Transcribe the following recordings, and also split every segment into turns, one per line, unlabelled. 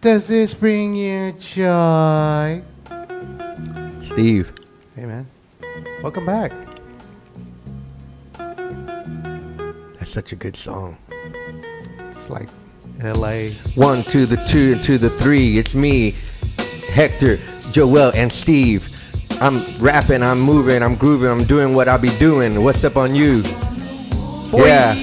Does this bring you joy?
Steve.
Hey, man. Welcome back.
That's such a good song.
It's like LA.
One to the two and to the three. It's me, Hector, Joel, and Steve. I'm rapping, I'm moving, I'm grooving, I'm doing what I be doing. What's up on you? Yeah.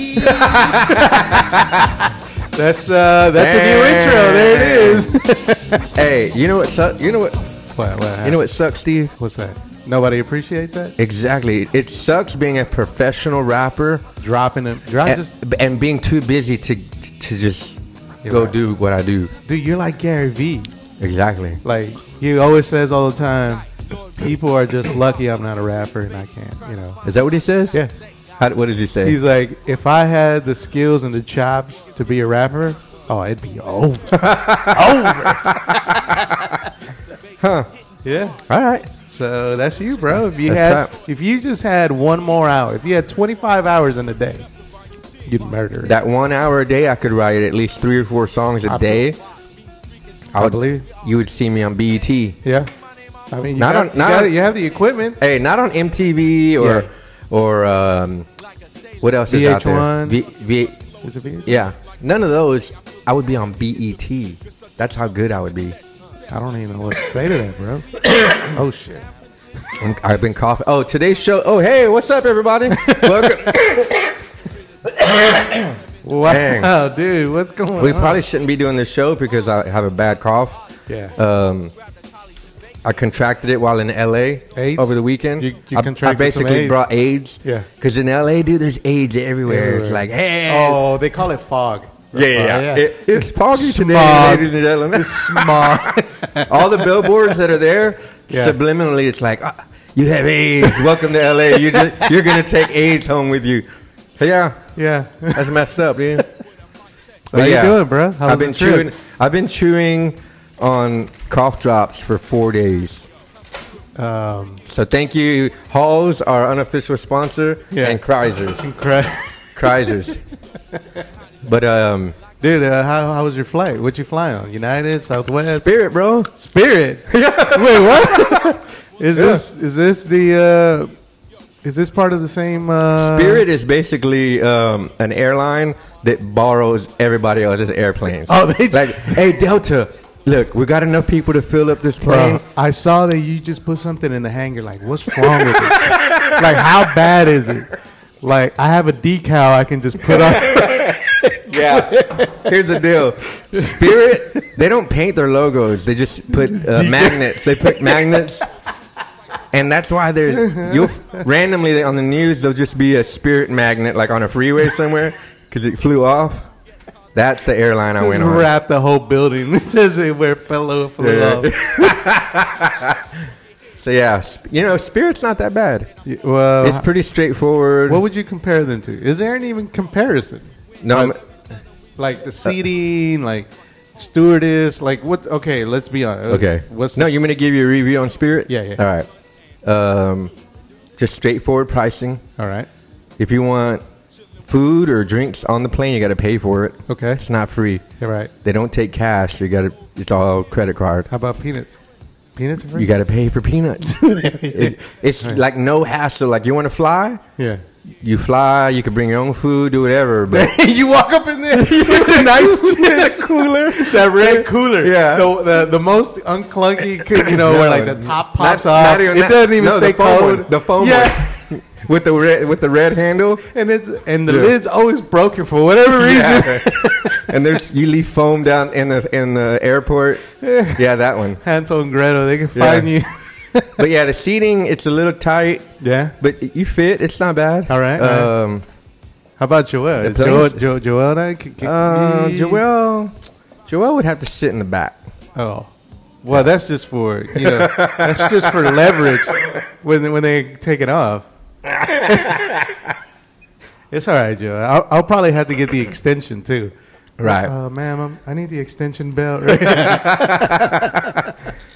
That's uh, that's a new intro. There it is.
Hey, you know what sucks? You know what?
what, what
You know what sucks, Steve?
What's that? Nobody appreciates that.
Exactly. It sucks being a professional rapper
Dropping them. Drop
and,
just.
and being too busy to to just
You're
go
right.
do what I do.
Dude, you're like Gary Vee.
Exactly.
Like he always says all the time, people are just lucky I'm not a rapper and I can't. You know.
Is that what he says?
Yeah.
How, what does he say?
He's like, if I had the skills and the chops to be a rapper, oh, it'd be over. over. huh. Yeah.
All right.
So that's you, bro. If you
That's
had, if you just had one more hour, if you had 25 hours in a day, you'd murder. it.
That one hour a day, I could write at least three or four songs a
I
day.
I
would-
believe.
You would see me on E BET.
Yeah. I mean, you,
Not
have,
on-
you
not
got-
on-
you have the equipment.
Hey, not on MTV or
Yeah.
or um, what else is out there?
VH1.
V, v,
Is it me?
yeah, none of those. I would be on BET. That's how good I would be.
I don't even know what to say to that, bro. oh shit.
I'm, I've been coughing. Oh, today's show. Oh, hey, what's up, everybody? Welcome.
Wow,
Dang.
dude, what's going
we
on?
probably shouldn't be doing this show because I have a bad cough.
yeah.
Um, I contracted it while in LA
AIDS?
over the weekend.
You- you
I- I,
contracted some
basically
AIDS.
brought AIDS.
Yeah.
Because in LA, dude, there's AIDS everywhere. It's
Everywhere.
like, hey.
oh, they call it fog.
Yeah, yeah, yeah. It- it's foggy today,
Smog.
ladies and gentlemen.
smog.
All the billboards that are there,
Yeah.
subliminally, it's like, ah, you have AIDS. Welcome to LA. You just, you're going to take AIDS home with you. Yeah,
yeah.
that's messed up, dude.
So how
But yeah,
you doing, bro? How's
I've been
the trip?
chewing. I've been chewing on cough drops for four days.
Um,
So thank you, Halls, our unofficial sponsor,
Yeah.
and Chrysers.
incredible.
Chrysers. But um,
Dude, uh, how, how was your flight? What'd you fly on? United, Southwest,
Spirit, bro.
Spirit. Wait, what? is this is this the uh, is this part of the same uh,
Spirit is basically um, an airline that borrows everybody else's airplanes.
Oh, they
like, hey Delta, look, we got enough people to fill up this plane.
Bro, I saw that you just put something in the hangar. Like, what's wrong with it? like, how bad is it? Like, I have a decal I can just put on.
Yeah. Here's the deal. Spirit, they don't paint their logos. They just put uh, magnets. They put magnets. And that's why there's you'll randomly on the news there'll just be a spirit magnet like on a freeway somewhere because it flew off. That's the airline I went on.
wrap the whole building. just where it fell off. flew
Yeah.
off.
So yeah, sp- you know, Spirit's not that bad.
Yeah, Well,
It's pretty straightforward.
Uh, what would you compare them to? Is there any even comparison?
no, I'm-
uh, Like the seating, like stewardess, like what? Okay, let's be honest.
okay.
What's
no?
the
You mean to
s-
give you a review on Spirit?
Yeah, yeah.
All right. Um, just straightforward pricing.
All right.
If you want food or drinks on the plane, you got to pay for it.
Okay.
It's not free.
All right.
They don't take cash. You got to. It's all credit card.
How about peanuts? Peanuts are free.
You got to pay for peanuts. It- it's like no hassle. Like you want to fly,
yeah.
you fly. You can bring your own food, do whatever. But
you walk up in there with a nice cooler, that red cooler.
Yeah.
the the, the most unclunky, coo- you know, where like the top pops
Not-
off.
not even
it
that.
doesn't even
No,
stay
the foam
cold.
one. The foam
yeah.
one. with the red with the red handle.
And it's and the
Yeah.
lid's always broken for whatever reason.
Yeah. and there's you leave foam down in the in the airport. Yeah, that one.
Hansel and Gretel, they can
Yeah.
find you.
But yeah, the seating it's a little tight,
yeah.
but you fit. It's not bad.
All right, all right.
Um,
How about Joel?
The
Is Joel,
planes-
Joel, Joel and I. Can, can-
uh,
Mm.
Joel, Joel would have to sit in the back.
Oh. Well, that's just for you know. that's just for leverage when when they take it off. it's all right, Joe. I'll, I'll probably have to get the extension too.
Right.
uh, ma'am. I'm, I need the extension belt. Right?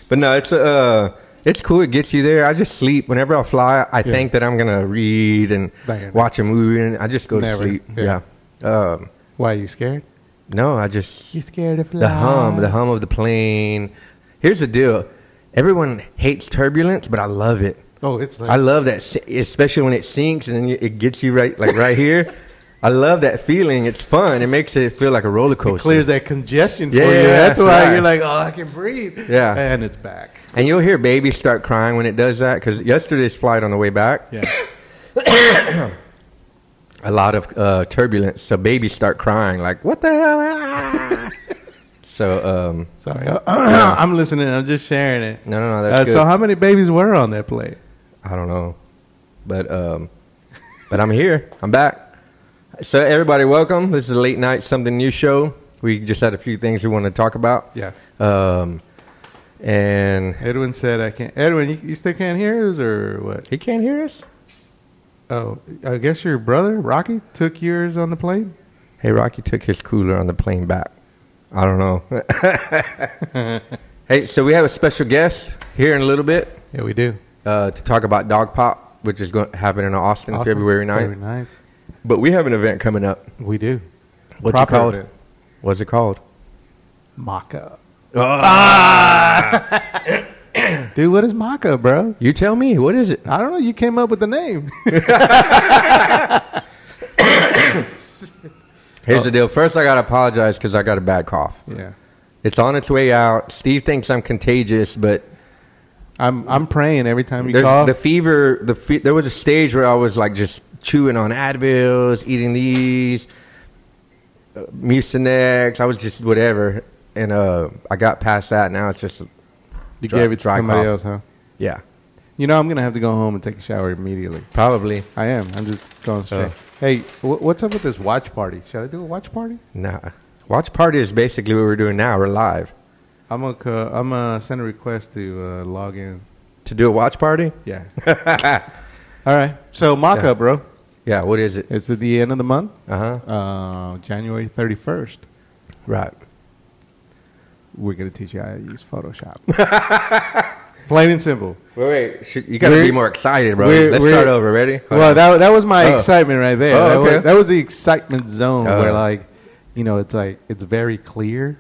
But no, it's uh, it's cool. It gets you there. I just sleep whenever I fly. I think that I'm gonna read and
Dang it.
watch a movie, and I just go
Never.
to sleep.
Yeah.
Yeah. Um,
Why are you scared?
No, I just
You scared of
the hum, the hum of the plane. Here's the deal: everyone hates turbulence, but I love it.
Oh, it's like
I love that, si- especially when it sinks and then you- it gets you right, like right here. I love that feeling. It's fun. It makes it feel like a roller coaster.
clears that congestion
Yeah,
for you. That's why
right.
you're like, oh, I can breathe.
Yeah.
and it's back.
And you'll hear babies start crying when it does that because yesterday's flight on the way back,
Yeah,
a lot of uh, turbulence. So babies start crying, like, what the hell? Ah. so, um,
sorry, I'm listening. I'm just sharing it.
no, no, no,
Uh,
that's good.
so, how many babies were on that plane?
I don't know. But, um, but I'm here. I'm back. So, everybody, welcome. This is Late Night Something New show. We just had a few things we want to talk about.
Yeah,
Um, and
Edwin said I can't. Edwin, you, you still can't hear us or what?
he can't hear us.
Oh, I guess your brother Rocky took yours on the plane.
Hey, Rocky took his cooler on the plane back. I don't know. hey, so we have a special guest here in a little bit
Yeah, we do.
uh, to talk about Dog Pop, which is going to happen in Austin,
Awesome.
February 9th.
February 9th.
But we have an event coming up.
We do.
What's
Proper
it called?
event.
What's it called?
Maca.
Ah!
Dude, what is Maca, bro?
You tell me. What is it?
I don't know. You came up with the name.
Here's the deal. First, I got to apologize because I got a bad cough.
Uh, yeah.
It's on its way out. Steve thinks I'm contagious, but
I'm I'm praying every time you
There's
call.
the fever. The fe- there was a stage where I was like just chewing on Advils, eating these uh, Mucinex. I was just whatever, and uh, I got past that. Now it's just
you
dry-
gave it to
dry
somebody
cough.
else, huh?
yeah,
You know, I'm gonna have to go home and take a shower immediately.
probably
I am. I'm just going straight.
Oh.
Hey, wh- what's up with this watch party? Should I do a watch party?
nah. Watch party is basically what we're doing now. We're live
I'm gonna co- I'm gonna send a request to uh, log in.
to do a watch party.
Yeah. All right. So mock
Yeah.
up, bro.
Yeah, what is it?
It's at the end of the month,
Uh huh.
uh, January 31st.
Right.
We're gonna teach you how to use Photoshop. Plain and simple.
Wait, wait. Should, you gotta
We're-
be more excited, bro.
we're-
Let's
we're-
start over. Ready? Hold
well,
on.
that that was my
Oh.
excitement right there.
Oh,
that,
okay.
was, that was the excitement zone
Oh.
where like, you know, it's like it's very clear.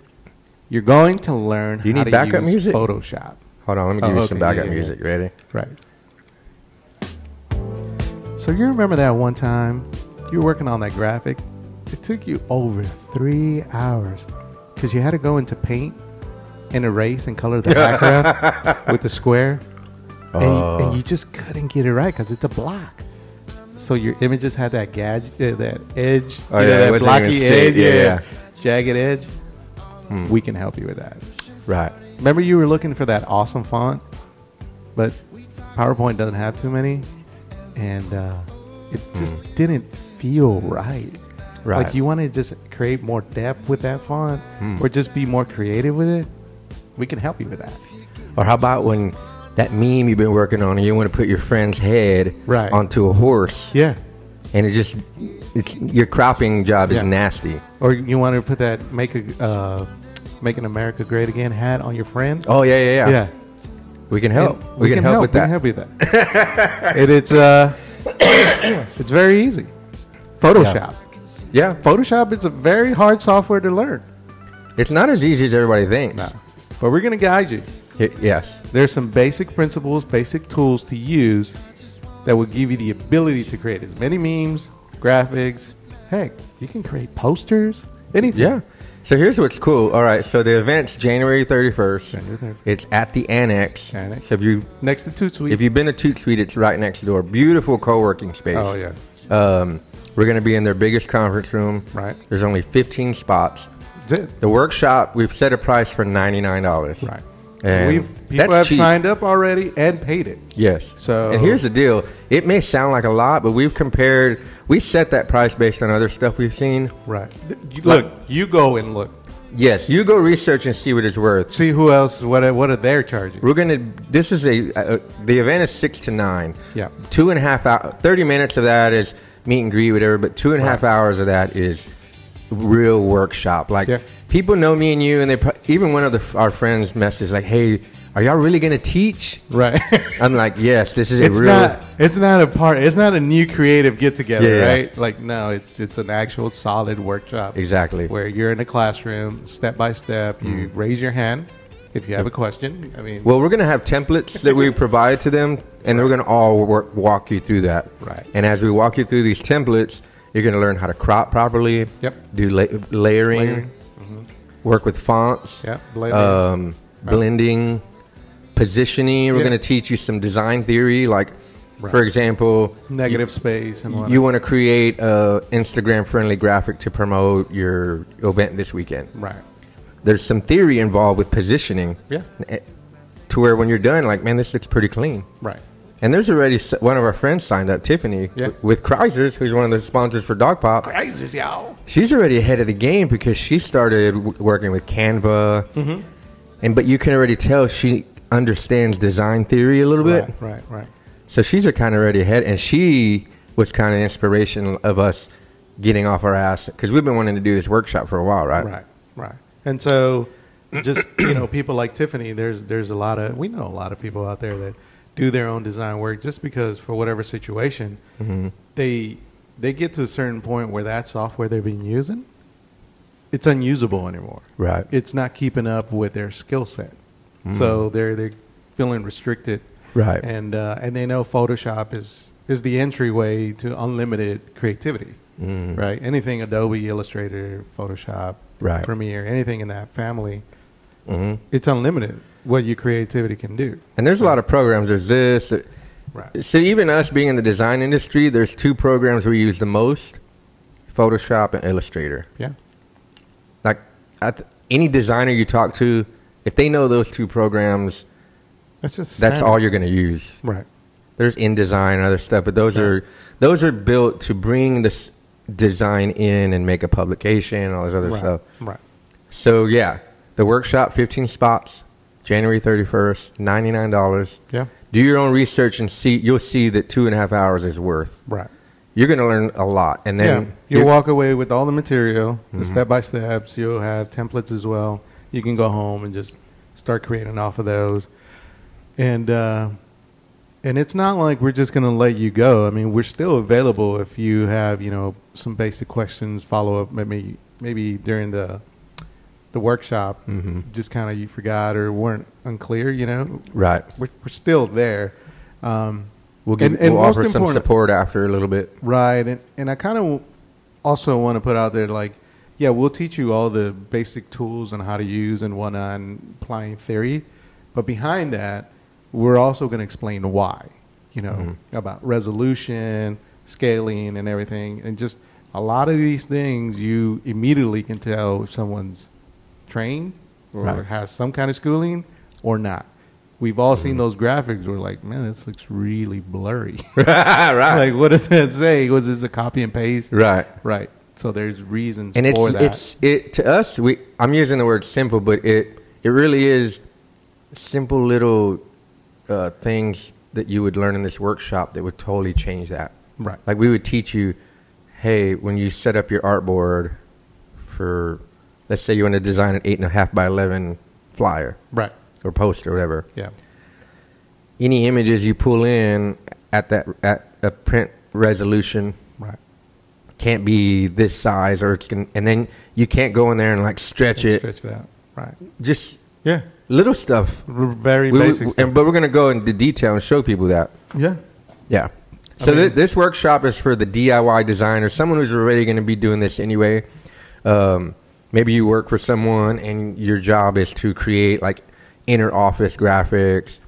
You're going to learn
You
how
need
to
backup
use
music?
Photoshop.
hold on. Let me
Oh,
give you some
okay,
backup
yeah, yeah, yeah.
music. Ready?
Right. So you remember that one time you were working on that graphic? It took you over three hours because you had to go into paint and erase and color the background with the square. And, you,
Oh.
and you just couldn't get it right because it's a block. So your images had that gadget, uh, that edge,
Oh,
you
yeah, it
know, that
wasn't even
blocky
straight.
edge,
Yeah,
yeah,
yeah. Hmm.
jagged edge. We can help you with that.
Right.
Remember, you were looking for that awesome font, but PowerPoint doesn't have too many, and uh, it just didn't feel right.
Hmm. Right. Hmm.
Like you want to just create more depth with that font, or just be more creative with it. We can help you with that.
Or how about when that meme you've been working on and you want to put your friend's head
Right.
onto a horse
Yeah.
and it just it's, your cropping job is
Yeah.
nasty.
Or you want to put that make a uh, make an America great again hat on your friend.
Oh yeah, yeah, yeah.
yeah.
We can help.
And
we, can, help, with
we can
that.
help you with that. it, it's uh, it's very easy. Photoshop.
Yeah,
Photoshop is a very hard software to learn.
it's not as easy as everybody thinks.
But we're going to guide you.
Y- yes.
There's some basic principles, basic tools to use that will give you the ability to create as many memes, graphics. Heck, you can create posters, anything.
Yeah. So here's what's cool. All right. So the event's January 31st.
January 31st.
It's at the annex.
Annex.
So if you
Next to Toot Suite.
if you've been to Toot Suite, it's right next door. Beautiful co-working space.
oh, yeah.
Um, we're going to be in their biggest conference room.
Right.
There's only 15 spots.
That's it.
The workshop, we've set a price for ninety nine dollars.
Right.
And
We've, people
that's
have
cheap.
signed up already and paid it.
Yes.
So-
and here's the deal: it may sound like a lot, but we've compared. We set that price based on other stuff we've seen.
Right. Look, you go and look.
Yes, you go research and see what it's worth.
See who else, what, what are they charging?
We're gonna. This is a. Uh, the event is six to nine.
Yeah.
Two and a half hour. Thirty minutes of that is meet and greet, whatever. But two and a half hours of that is real workshop. Like
Yeah.
people know me and you, and they pro- even one of the, our friends messaged like, "Hey, "Are y'all really gonna teach?"
Right.
I'm like, "Yes, this is a
it's
real."
not. It's not a part. It's not a new creative get together,
Yeah, yeah.
right? Like no, it, it's an actual solid workshop.
Exactly. Mm-hmm.
Where you're in a classroom, step by step. You raise your hand if you have a question. I mean,
Well, we're gonna have templates that we provide to them, and we're gonna all work, walk you through that.
Right.
And as we walk you through these templates, you're gonna learn how to crop properly.
Yep.
Do la- layering.
Layering. Mm-hmm.
Work with fonts.
Yep, layering.
Um, blending, positioning. We're
Yeah.
gonna teach you some design theory, like, for
Right.
example,
negative space and whatnot.
you want to create a Instagram friendly graphic to promote your event this weekend.
right.
There's some theory involved with positioning.
Yeah.
Eh, To where when you're done, like, man, this looks pretty clean.
Right.
And there's already s- one of our friends signed up, Tiffany,
Yeah.
w- with Chrysers, who's one of the sponsors for Dog Pop.
Crazies, y'all.
She's already ahead of the game because she started w- working with Canva,
Mm-hmm.
and but you can already tell she understands design theory a little bit.
Right. Right. Right.
So she's a kind of already ahead, and she was kind of inspiration of us getting off our ass because we've been wanting to do this workshop for a while, right?
Right, right. And so, just you know, people like Tiffany. There's there's a lot of we know a lot of people out there that do their own design work just because for whatever situation
Mm-hmm.
they they get to a certain point where that software they've been using it's unusable anymore.
Right.
It's not keeping up with their skill set. So they're they're feeling restricted.
Mm-hmm. Right.
And uh, and they know Photoshop is is the entryway to unlimited creativity.
Mm.
Right. Anything Adobe, Illustrator, Photoshop,
Right. Mm-hmm.
Premiere, anything in that family, it's unlimited what your creativity can do.
And there's a lot of programs. There's this. there-
Right.
So even us being in the design industry, there's two programs we use the most: Photoshop and Illustrator.
Yeah.
Like I th- any designer you talk to, if they know those two programs,
That's just
that's
standard.
all you're going to use.
right.
There's InDesign and other stuff, but those
Yeah.
are those are built to bring this design in and make a publication and all this other
Right.
stuff.
Right.
So yeah, the workshop, 15 spots, January 31st, $99.
Yeah.
Do your own research and see. You'll see that two and a half hours is worth.
Right.
You're going to learn a lot, and then
yeah, you'll walk away with all the material, the step by steps. You'll have templates as well. You can go home and just start creating off of those, and uh, and it's not like we're just going to let you go. I mean, we're still available if you have you know some basic questions, follow up, maybe maybe during the the workshop, just kind of you forgot or weren't unclear. You know,
right.
we're, we're still there. Um,
We'll give.
and- and
we'll
most
offer some
important-
support after a little bit.
Right, and and I kind of also want to put out there like, yeah, we'll teach you all the basic tools and how to use and whatnot, and applying theory, but behind that, we're also going to explain why, you know, about resolution, scaling, and everything, and just a lot of these things you immediately can tell if someone's trained or
Right.
has some kind of schooling or not. We've all seen those graphics. We're like, man, this looks really blurry.
right.
Like, what does that say? Was this a copy and paste?
Ah. Right.
Right. So there's reasons
and it's
for that.
it's it to us we i'm using the word simple but it it really is simple little uh, things that you would learn in this workshop that would totally change that
Right.
like we would teach you hey when you set up your artboard for let's say you want to design an eight and a half by 11 flyer
right.
or post or whatever
Yeah.
any images you pull in at that at a print resolution
Right.
can't be this size or it's gonna, and then you can't go in there and like stretch
Let's
it
Stretch it out. Right.
just
Yeah.
little stuff
R- Very
We- we-
basic stuff.
and, but we're going to go into detail and show people that
yeah.
yeah so
I
thi-
mean-
this workshop is for the diy designer someone who's already going to be doing this anyway um, maybe you work for someone and your job is to create like inner office graphics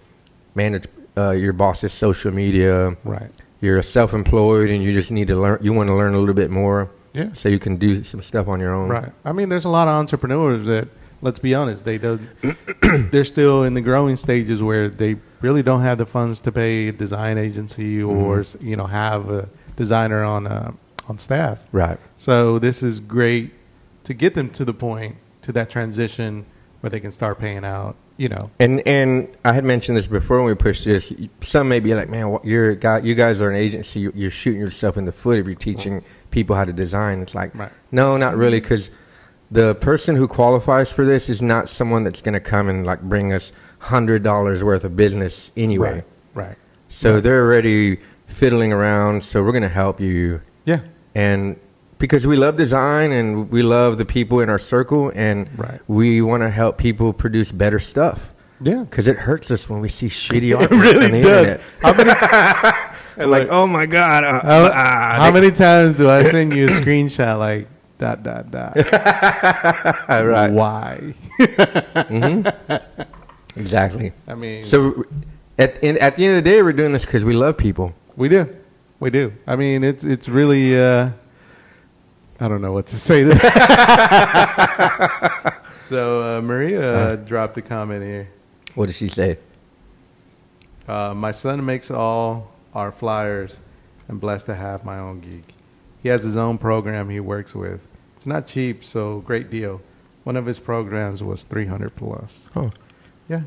manage uh, your boss's social media
Right.
you're self-employed and you just need to learn you want to learn a little bit more
Yeah.
so you can do some stuff on your own
Right. I mean, there's a lot of entrepreneurs that, let's be honest, they don't. they're still in the growing stages where they really don't have the funds to pay a design agency
Mm-hmm.
or you know have a designer on uh, on staff.
right
So this is great to get them to the point to that transition where they can start paying out. You know,
And and I had mentioned this before when we pushed this. Some may be like, "Man, what, you're a guy, you guys are an agency. you- You're shooting yourself in the foot if you're teaching people how to design." It's like,
Right.
no, not really, because the person who qualifies for this is not someone that's going to come and like bring us hundred dollars worth of business anyway.
Right. Right.
So they're already fiddling around. So we're going to help you,
Yeah.
and because we love design and we love the people in our circle, and
Right.
we want to help people produce better stuff.
Yeah.
Because it hurts us when we see shitty art.
really
on the
does.
Internet. And like, oh my god, uh,
How,
ah,
how many times do I send you a screenshot like dot dot dot? Why?
exactly.
I mean,
So at in, at the end of the day, we're doing this because we love people.
we do, we do. I mean, it's it's really. Uh, I don't know what to say. To that. so uh, Maria uh, dropped a comment here.
What did she say?
Uh, my son makes all our flyers. I'm blessed to have my own geek. He has his own program he works with. It's not cheap, so great deal. One of his programs was 300 plus.
Huh.
Yeah.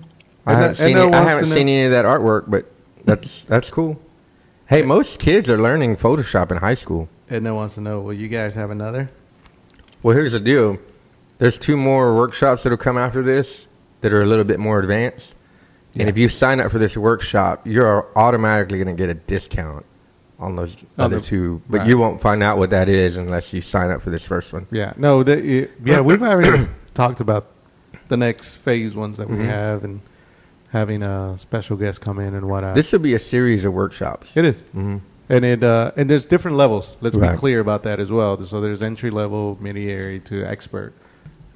I
And the- and
haven't, seen,
the
any, I
wants
haven't
to
seen
know-
any of that artwork, but that's that's cool. Hey, most kids are learning Photoshop in high school.
Edna wants to know, will you guys have another?
Well, here's the deal. There's two more workshops that'll come after this that are a little bit more advanced. And if you sign up for this workshop, you're automatically going to get a discount on those other
Other-
two, but
right.
you won't find out what that is unless you sign up for this first one.
Yeah. No, the, it- yeah, we've already talked about the next phase ones that we
Mhm.
have and having a special guest come in and whatnot.
This will be a series of workshops.
it is.
Mhm.
And it uh, and there's different levels. Let's
Right.
be clear about that as well. So there's entry level, intermediary to expert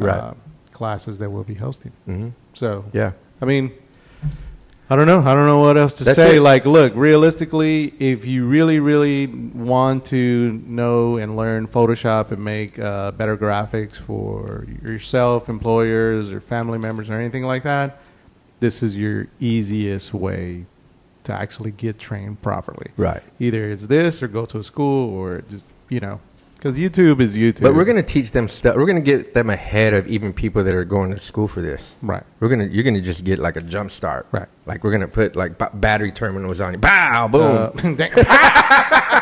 uh,
Right.
classes that we'll be hosting.
Mhm.
So
Yeah.
I mean, I don't know. I don't know what else to
That's
say.
it.
Like, look, realistically, if you really, really want to know and learn Photoshop and make uh, better graphics for yourself, employers, or family members, or anything like that, this is your easiest way to actually get trained properly.
Right.
Either it's this, or go to a school, or just you know, because YouTube is YouTube.
But we're going to teach them stuff. We're going to get them ahead of even people that are going to school for this.
right.
We're gonna, you're gonna just get like a jump start,
Right.
Like we're gonna put like b- battery terminals on you, pow, boom.
Uh,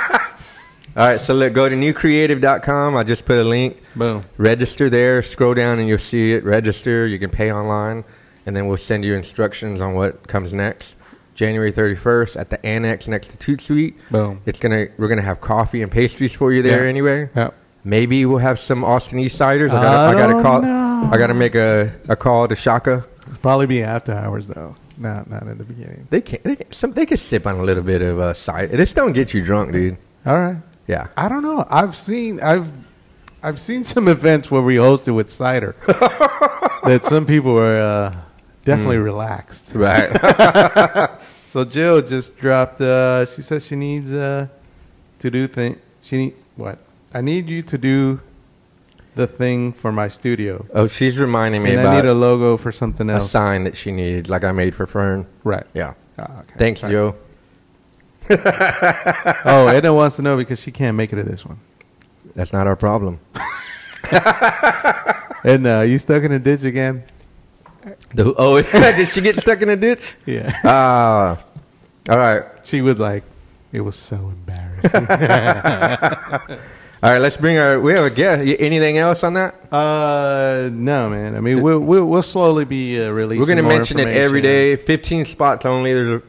All right, so let go to newcreative.com. I just put a link.
boom.
Register there. Scroll down and you'll see it. Register. You can pay online, and then we'll send you instructions on what comes next. January 31st at the annex next to Toot Suite.
Boom.
It's gonna we're gonna have coffee and pastries for you there
Yeah.
anyway.
Yep.
Maybe we'll have some Austin East ciders. I gotta, I gotta
Oh,
call.
no.
I gotta make a, a call to Shaka.
Probably be after hours though. Not not in the beginning.
They can they can, some, they can sip on a little bit of uh, cider. This don't get you drunk, dude.
All right.
Yeah.
I don't know. I've seen I've I've seen some events where we hosted with cider that some people were uh, definitely relaxed.
Right.
So Jill just dropped. Uh, she says she needs uh, to do thing. She need what? I need you to do the thing for my studio,
oh, she's reminding me
and I
about
need a logo for something
a
else.
sign that she needs, like I made for Fern.
Right.
Yeah.
Ah, okay.
Thanks,
Sorry.
Joe.
Oh, Edna wants to know because she can't make it to this one.
That's not our problem.
Edna, are you stuck in a ditch again?
The- oh, did she get stuck in a ditch?
Yeah.
Ah. all right.
She was like, it was so embarrassing.
All right. Let's bring our. We have a guest. Y- Anything else on that?
uh, no, man. I mean, we'll we'll, we'll slowly be uh, releasing.
We're going to
more
mention it every
information.
day. Fifteen spots only. There's.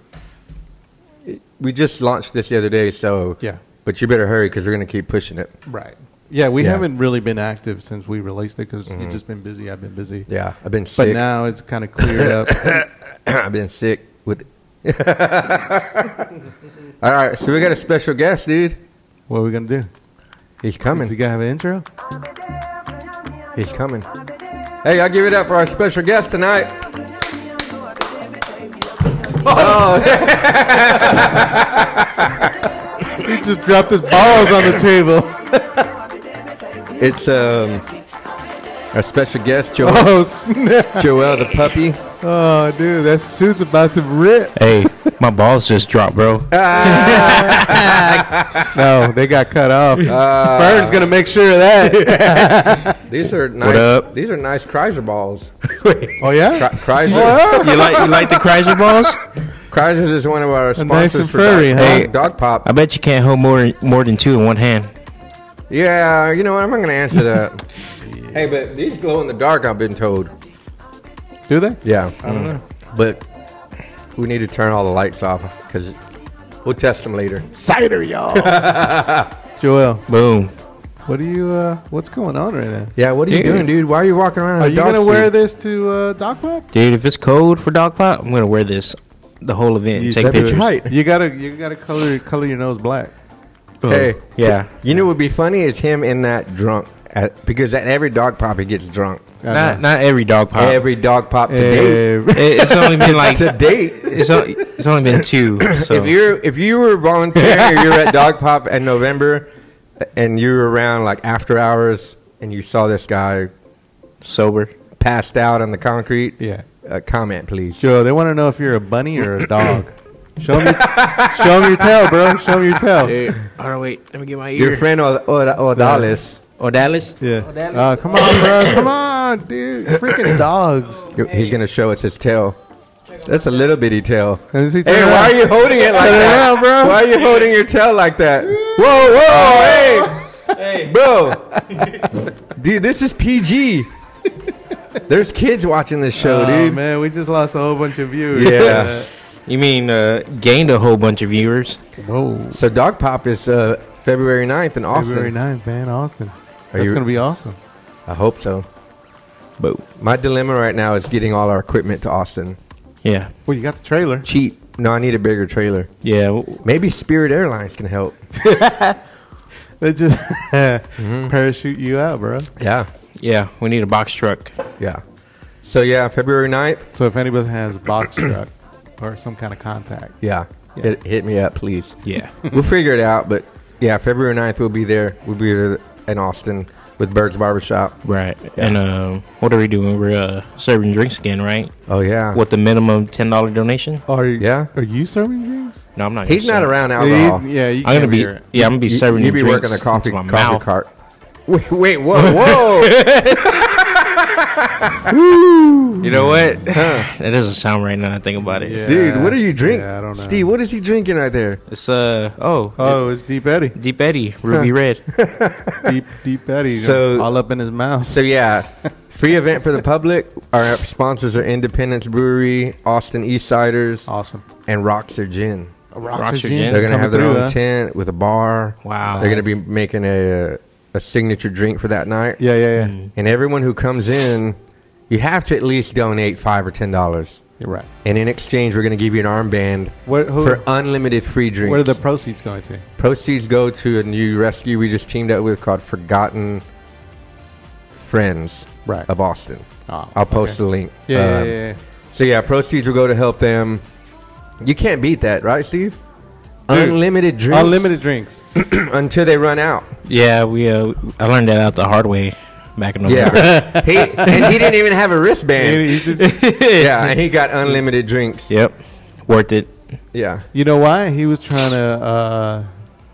A, we just launched this the other day, so
Yeah.
But you better hurry because we're going to keep pushing it.
Right. Yeah, Mm-hmm. we
Yeah.
haven't really been active since we released it because you've just been busy. I've been busy.
Yeah, I've been
But
sick.
now it's kind of cleared up.
I've been sick with. All right, so we got a special guest, dude.
What are we gonna do?
He's
Is he
coming.
gonna have an intro?
He's coming. Hey, y'all give it up for our special guest tonight. Oh,
He just dropped his balls on the table.
it's um our special guest, Joel,
Oh snap!
Joel the puppy.
Oh dude, that suit's about to rip.
Hey, my balls just dropped, bro.
No, they got cut off. Fern's gonna make sure of that.
These are nice.
up?
These are nice Chrysler balls.
oh yeah.
Chry- Chrysler,
You like you like the Chrysler balls?
Chrysler is one of our
nice
sponsors
and
for
furry,
dog,
huh?
dog, dog pop.
I bet you can't hold more more than two in one hand.
Yeah, you know what? I'm not going to answer that. hey, but these glow in the dark. I've been told.
Do they?
Yeah. Mm.
I don't know.
But we need to turn all the lights off because we'll test them later.
Cider, y'all. Joel,
Boom.
what are you? Uh, what's going on right now?
Yeah, what are you
Dude.
doing, dude? Why are you walking around? in
Are
a
you
dog
gonna wear
suit?
this to uh, Doc Pop?
Dude, if it's cold for dog pot, I'm gonna wear this the whole event.
You
and take
better
pictures.
try it.
You gotta, you gotta color color your nose black.
Boom.
Hey,
Oh.
Yeah.
You know what would be funny is him in that drunk at, because at every dog pop he gets drunk.
I
Not
know.
not every dog pot.
Every dog pop today.
Every-
It- it's only been like
to date.
it's only, it's only been two. So
If you're if you were volunteering, or you're at Dog Pop in November, and you were around like after hours, and you saw this guy
sober.
passed out on the concrete.
Yeah.
uh, comment please.
Joel, they want to know if you're a bunny or a dog. show them, show 'em your tail, bro. Show them your tail.
All right, wait. Let me get my
Your friend Od- Od- Odalis.
Oh, Dallas.
Yeah. Uh, come on, bro. Come on, dude. Freaking dogs.
Yo- He's gonna show us his tail. That's a little bitty tail.
Let me see, turn
Hey, why
around.
are you holding it like
Turn
that,
around, bro.
Why are you holding your tail like that? Whoa, whoa, hey, bro, dude, this is PG. There's kids watching this show,
Oh,
dude.
man, we just lost a whole bunch of viewers.
Yeah.
You mean uh, gained a whole bunch of viewers?
Uh, whoa.
So Dog Pop is uh, February 9th in Austin.
February 9th, man, Austin. That's
you-
going to be awesome.
I hope so.
But
My dilemma right now is getting all our equipment to Austin.
yeah,
Well, you got the trailer.
Cheap. No, I need a bigger trailer.
yeah. w-
Maybe Spirit Airlines can help.
They just
Mm-hmm.
parachute you out, bro.
Yeah,
Yeah, we need a box truck.
yeah. So yeah, February 9th.
So if anybody has a box truck or some kind of contact,
Yeah. Hit, hit me up, please.
Yeah.
we'll figure it out, but yeah, February 9th, we'll be there. We'll be there in Austin with Bird's Barbershop.
Right. And um, what are we doing? We're uh, serving drinks again, right?
Oh, yeah.
What the minimum ten dollar donation?
are you,
Yeah.
are you serving drinks?
No, I'm not.
He's
gonna
not
serve.
around
Yeah,
alcohol.
you- yeah, you
I'm
can't
gonna be.
here.
Yeah, I'm gonna be serving.
you
you
be
drinks
working a coffee,
into my
coffee
mouth.
cart. Wait, wait, whoa, whoa.
You know what? that doesn't sound right now. that I think about it.
Yeah.
Dude, what are you drinking?
Yeah, I don't know.
Steve, what is he drinking right there?
It's uh oh,
Oh, it's Deep Eddie.
Deep Eddie Ruby Red.
Deep, Deep Eddie.
So-
all up in his mouth.
So, yeah, free event for the public. Our sponsors are Independence Brewery, Austin East Ciders,
Awesome.
and Roxer Gin.
Roxer Gin.
They're going to have their
Coming
own
through, huh?
tent with a bar.
Wow.
They're going to be making a, a signature drink for that night.
Yeah, yeah, yeah.
and everyone who comes in, you have to at least donate five or ten dollars.
You're right.
And in exchange, we're going to give you an armband
Where, who,
for unlimited free drinks.
where are the proceeds going to?
proceeds go to a new rescue we just teamed up with called Forgotten Friends
Right.
of Austin.
Oh,
I'll post
okay.
the link.
Yeah,
Um,
yeah, yeah, yeah.
So yeah, proceeds will go to help them. You can't beat that, right, Steve?
Dude,
unlimited drinks
Unlimited drinks.
until they run out.
yeah, we uh I learned that out the hard way back in the
Yeah, he, and he didn't even have a wristband.
You- you just-
yeah, and he got unlimited drinks.
Yep. Worth it.
Yeah.
you know why? He was trying to uh,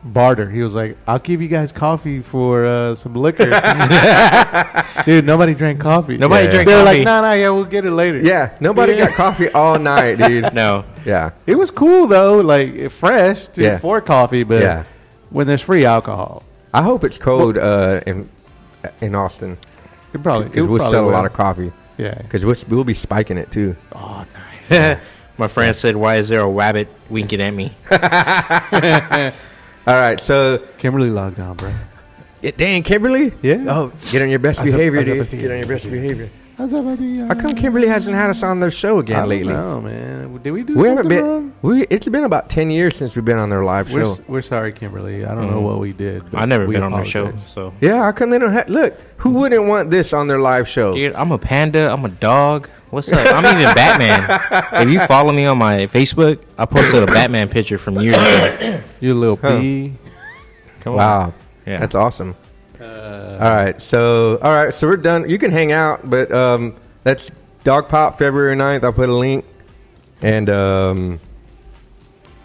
barter. He was like, I'll give you guys coffee for uh, some liquor. Dude, nobody drank coffee.
Nobody
Yeah.
drank
They're
coffee.
like, no, no, yeah, we'll get it later.
Yeah, nobody
Yeah.
got coffee all night, dude.
No.
Yeah,
It was cool, though, like fresh to
Yeah.
for coffee, but
Yeah.
when there's free alcohol,
I hope it's cold uh, in in Austin
it probably it
because we'll
probably
sell a
will.
lot of coffee
Yeah.
because we'll, we'll be spiking it too.
Oh, nice.
My friend said, Why is there a rabbit winking at me?
All right, so
Kimberly logged on, bro.
it, dang Kimberly,
Yeah.
oh, get on your best
I sup-
behavior,
I sup-
dude. Get on your best behavior.
How's about the? Uh,
How come Kimberly hasn't had us on their show
I
again
don't
lately?
know, man. Did we do
We haven't
something
been.
wrong?
We it's been about ten years since we've been on their live
We're,
show.
s- we're sorry, Kimberly. I don't know
Mm.
what we did. but
I've never
we
been on their show,
apologize.
so
Yeah, how come they don't have? Look, who wouldn't want this on their live show?
Dude, I'm a panda, I'm a dog. What's up? I'm even Batman. If you follow me on my Facebook, I posted a Batman picture from years ago.
You little
Huh.
bee.
Come on.
Wow,
Yeah.
that's awesome. all right, so all right, so we're done. You can hang out, but um, that's Dog Pop February 9th. I'll put a link, and um,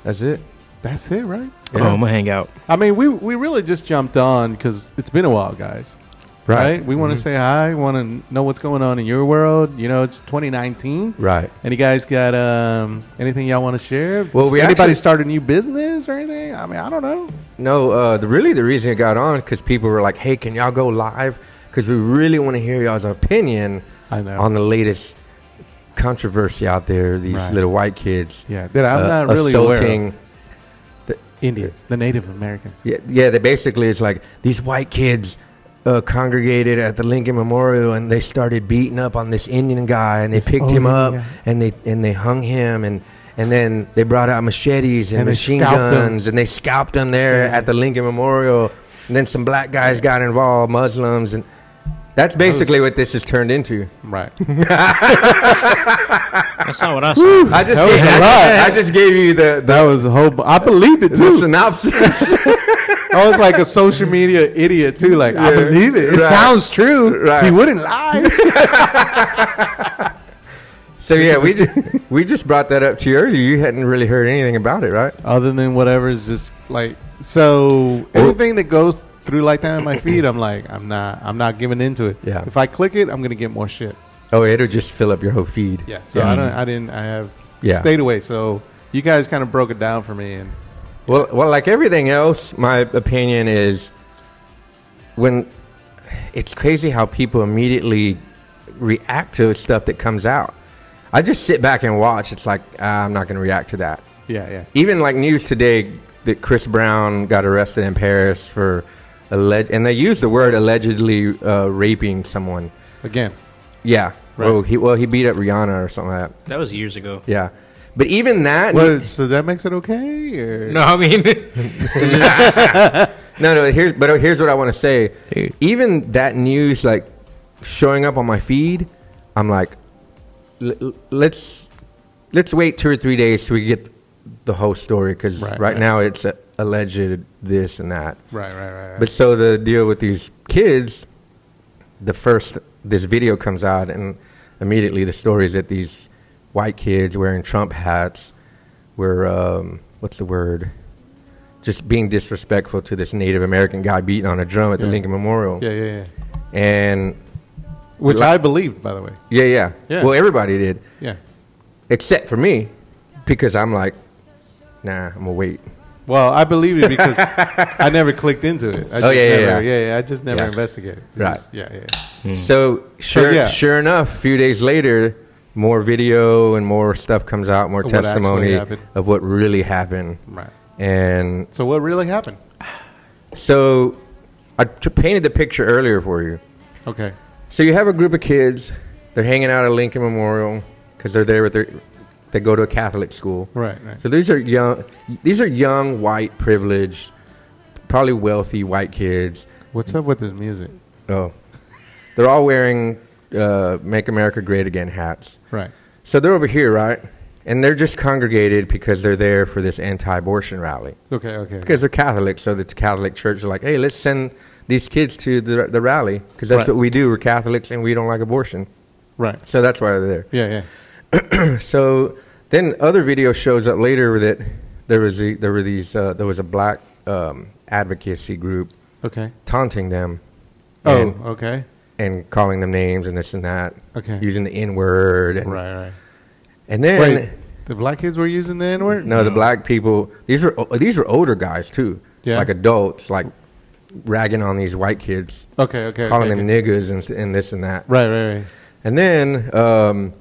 that's it.
That's it, right?
Oh, I'm gonna hang out.
I mean, we we really just jumped on because it's been a while, guys. Right? We want to
Mm-hmm.
say hi. Want to know what's going on in your world? You know, it's 2019.
right.
Any guys got um, anything y'all want to share?
Well,
Does
we
anybody
actually-
start a new business or anything? I mean, I don't know.
No, uh, the really the reason it got on because people were like, "Hey, can y'all go live?" Because we really want to hear y'all's opinion
I know.
on the latest controversy out there. These
Right.
little white kids.
Yeah, that I'm
uh,
not really aware of.
assaulting-
Indians, the Native Americans.
Yeah, yeah. They basically it's like these white kids uh, congregated at the Lincoln Memorial and they started beating up on this Indian guy and they
This
picked
old
him up
Indian
and they and they hung him and and then they brought out machetes and,
And they
machine
scalped him.
guns and they scalped him there
Yeah.
at the Lincoln Memorial. And then some black guys got involved, Muslims, and that's basically what this has turned into.
Right.
That's not what I said.
I just
That was
gave,
a
I,
lot.
just gave you the,
that was a whole. I believed it
the, the
too.
synopsis.
I was like a social media idiot too. Like I
Yeah.
believe it. It
Right.
sounds true.
Right.
He wouldn't lie.
so yeah, we just, we just brought that up to you earlier. You hadn't really heard anything about it, right?
Other than whatever is just like so. Everything that goes through like that in my feed, I'm like, I'm not. I'm not giving into it.
Yeah.
If I click it, I'm gonna get more shit.
Oh, it'll just fill up your whole feed.
Yeah. So I don't. I didn't. I have
Yeah.
stayed away. So you guys kind of broke it down for me, and
Well, well, like everything else, my opinion is when it's crazy how people immediately react to stuff that comes out. I just sit back and watch. It's like ah, I'm not going to react to that.
yeah, yeah.
Even like news today that Chris Brown got arrested in Paris for alleged, and they use the word allegedly uh, raping someone.
Again,
Yeah.
Right.
Oh, he well he beat up Rihanna or something like that.
That was years ago.
Yeah. But even that
well, so that makes it okay. Or?
No, I mean,
No, no. Here's but uh, here's what I want to say.
Dude.
Even that news, like showing up on my feed, I'm like, l- l- let's let's wait two or three days so we get the whole story because
Right,
right,
right.
now it's a, alleged this and that.
Right, right, right. right.
But so the deal with these kids, the first this video comes out and immediately the story is that these white kids wearing Trump hats were um, what's the word? Just being disrespectful to this Native American guy beating on a drum at the
Yeah.
Lincoln Memorial.
yeah, yeah, yeah.
And
Which
Like-
I believed, by the way.
yeah, yeah,
Yeah.
Well, everybody did
Yeah.
except for me because I'm like, nah, I'm gonna wait.
Well, I believe it because I never clicked into it. I just
Oh, yeah, yeah,
never,
yeah.
yeah, I just never
Yeah.
investigated. It's
Right.
just- yeah, yeah.
So sure,
yeah.
sure enough, a few days later, more video and more stuff comes out, more
What actually
testimony
happened.
of what really happened.
Right.
And
So what really happened?
so I t- painted the picture earlier for you.
Okay.
So you have a group of kids, they're hanging out at Lincoln Memorial because they're there with their, they go to a Catholic school.
Right. Right.
So these are young, these are young, white, privileged, probably wealthy white kids.
What's up with this music?
Oh, they're all wearing uh, "Make America Great Again" hats.
Right.
So they're over here, right? And they're just congregated because they're there for this anti-abortion rally.
Okay. Okay.
Because they're Catholic, so the Catholic Church are like, "Hey, let's send these kids to the the rally because that's
Right.
what we do. We're Catholics and we don't like abortion,
Right.
so that's why they're
Yeah. Yeah.
there." so then other video shows up later that there was the, there were these uh, there was a black um, advocacy group
Okay.
taunting them.
Oh.
and-
okay.
and calling them names and this and that.
Okay.
Using the N word. and-
Right. Right.
And then
Wait. the black kids were using the N word.
no, the black people. These were o- these were older guys too.
Yeah.
Like adults, like ragging on these white kids,
Okay. Okay.
calling
okay,
them
okay.
niggas and, s- and this and that.
Right. Right. Right.
And then um,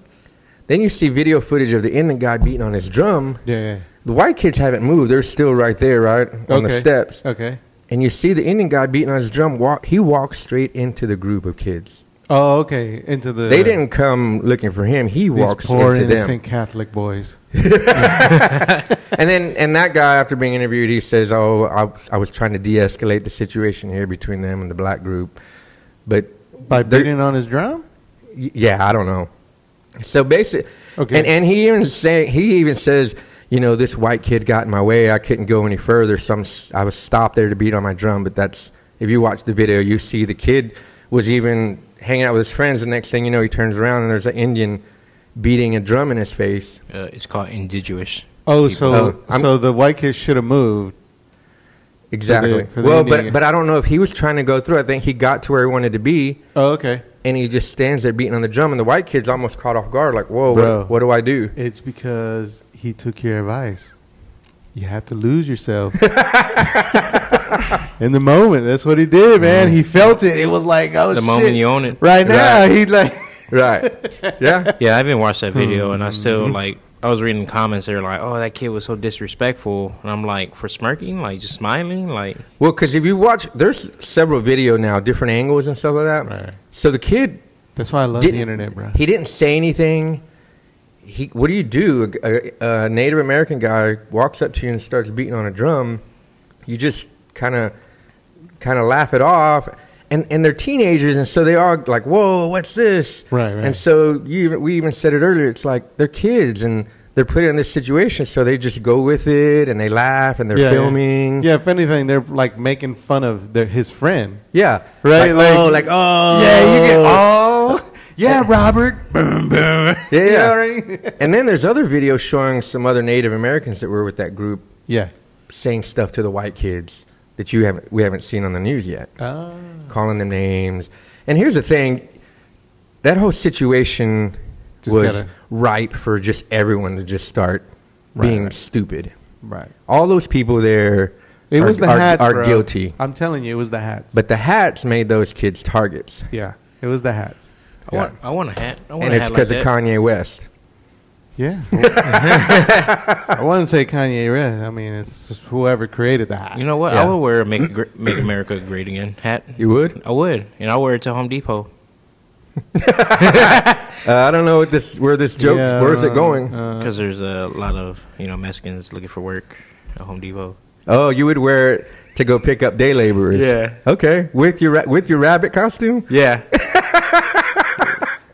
then you see video footage of the Indian guy beating on his drum.
Yeah. Yeah.
The white kids haven't moved. They're still right there, right on
okay.
the steps.
Okay.
And you see the Indian guy beating on his drum. Walk. He walks straight into the group of kids.
Oh. Okay. Into the.
They didn't come looking for him. He
These
walks
poor
into them.
innocent Catholic boys.
And then, and that guy, after being interviewed, he says, "Oh, I, I was trying to de-escalate the situation here between them and the black group, but
By
they're-
beating on his drum.
y- yeah, I don't know." So basically,
Okay.
and and he even say he even says, you know, this white kid got in my way. I couldn't go any further, so I'm, s- I was stopped there to beat on my drum. But that's if you watch the video, you see the kid was even hanging out with his friends. The next thing you know, he turns around and there's an Indian beating a drum in his face.
uh, it's called indigenous.
Oh,
people.
so
Oh, I'm-
so the white kids should have moved.
Exactly.
for the
well,
Indian-
but but I don't know if he was trying to go through. I think he got to where he wanted to be,
Oh, okay.
and he just stands there beating on the drum, and the white kid's almost caught off guard, like, "Whoa,
Bro.
what, what do I do?"
It's because he took your advice. You have to lose yourself in the moment. That's what he did, man. He felt it. It was like, oh
The
shit.
moment you own it.
Mm. Right now,
Right.
he like
right. Yeah.
Yeah, I even watched that
Hmm.
video, and I
Mm-hmm.
still like. I was reading comments. They were like, "Oh, that kid was so disrespectful," and I'm like, "For smirking, like just smiling, like
Well, because if you watch, there's several video now, different angles and stuff like that.
Right.
So the kid
That's why I love
didn't,
the internet, bro.
he didn't say anything. He, what do you do? A, a- a Native American guy walks up to you and starts beating on a drum. You just kind of, kind of laugh it off. And and they're teenagers, and so they are like, "Whoa, what's this?"
Right, right.
And so you even- we even said it earlier. It's like they're kids, and they're put in this situation, so they just go with it, and they laugh, and they're filming.
Yeah. if anything, they're like making fun of their, his friend.
Yeah.
Right,
Like,
like-
oh, like oh.
Yeah, you get- Eh.
oh.
Yeah, Robert. Boom, boom. Yeah,
Yeah, yeah.
right?
and then there's other videos showing some other Native Americans that were with that group
yeah.
saying stuff to the white kids that you haven't we haven't seen on the news yet,
Oh.
calling them names. And here's the thing: that whole situation
Just
was
gotta-
ripe for just everyone to just start
Right,
being
right.
stupid.
Right.
All those people there
It
are,
was the
are,
hats.
are
bro.
guilty,
I'm telling you, it was the hats.
but the hats made those kids targets,
yeah, it was the hats.
I want, I want a hat. I want
and
a
it's
hat like
because
that.
of Kanye West.
Yeah. I wouldn't say Kanye West. I mean, it's just whoever created the hat.
you know what?
Yeah.
I would wear a make, Gr- make America Great Again hat.
You would?
I would, and I wear it to Home Depot.
Uh, I don't know what this where this joke
Yeah,
where's it going.
uh,
Because there's a lot of you know Mexicans looking for work at Home Depot.
oh, you would wear it to go pick up day laborers.
Yeah.
Okay. With your ra- with your rabbit costume.
Yeah,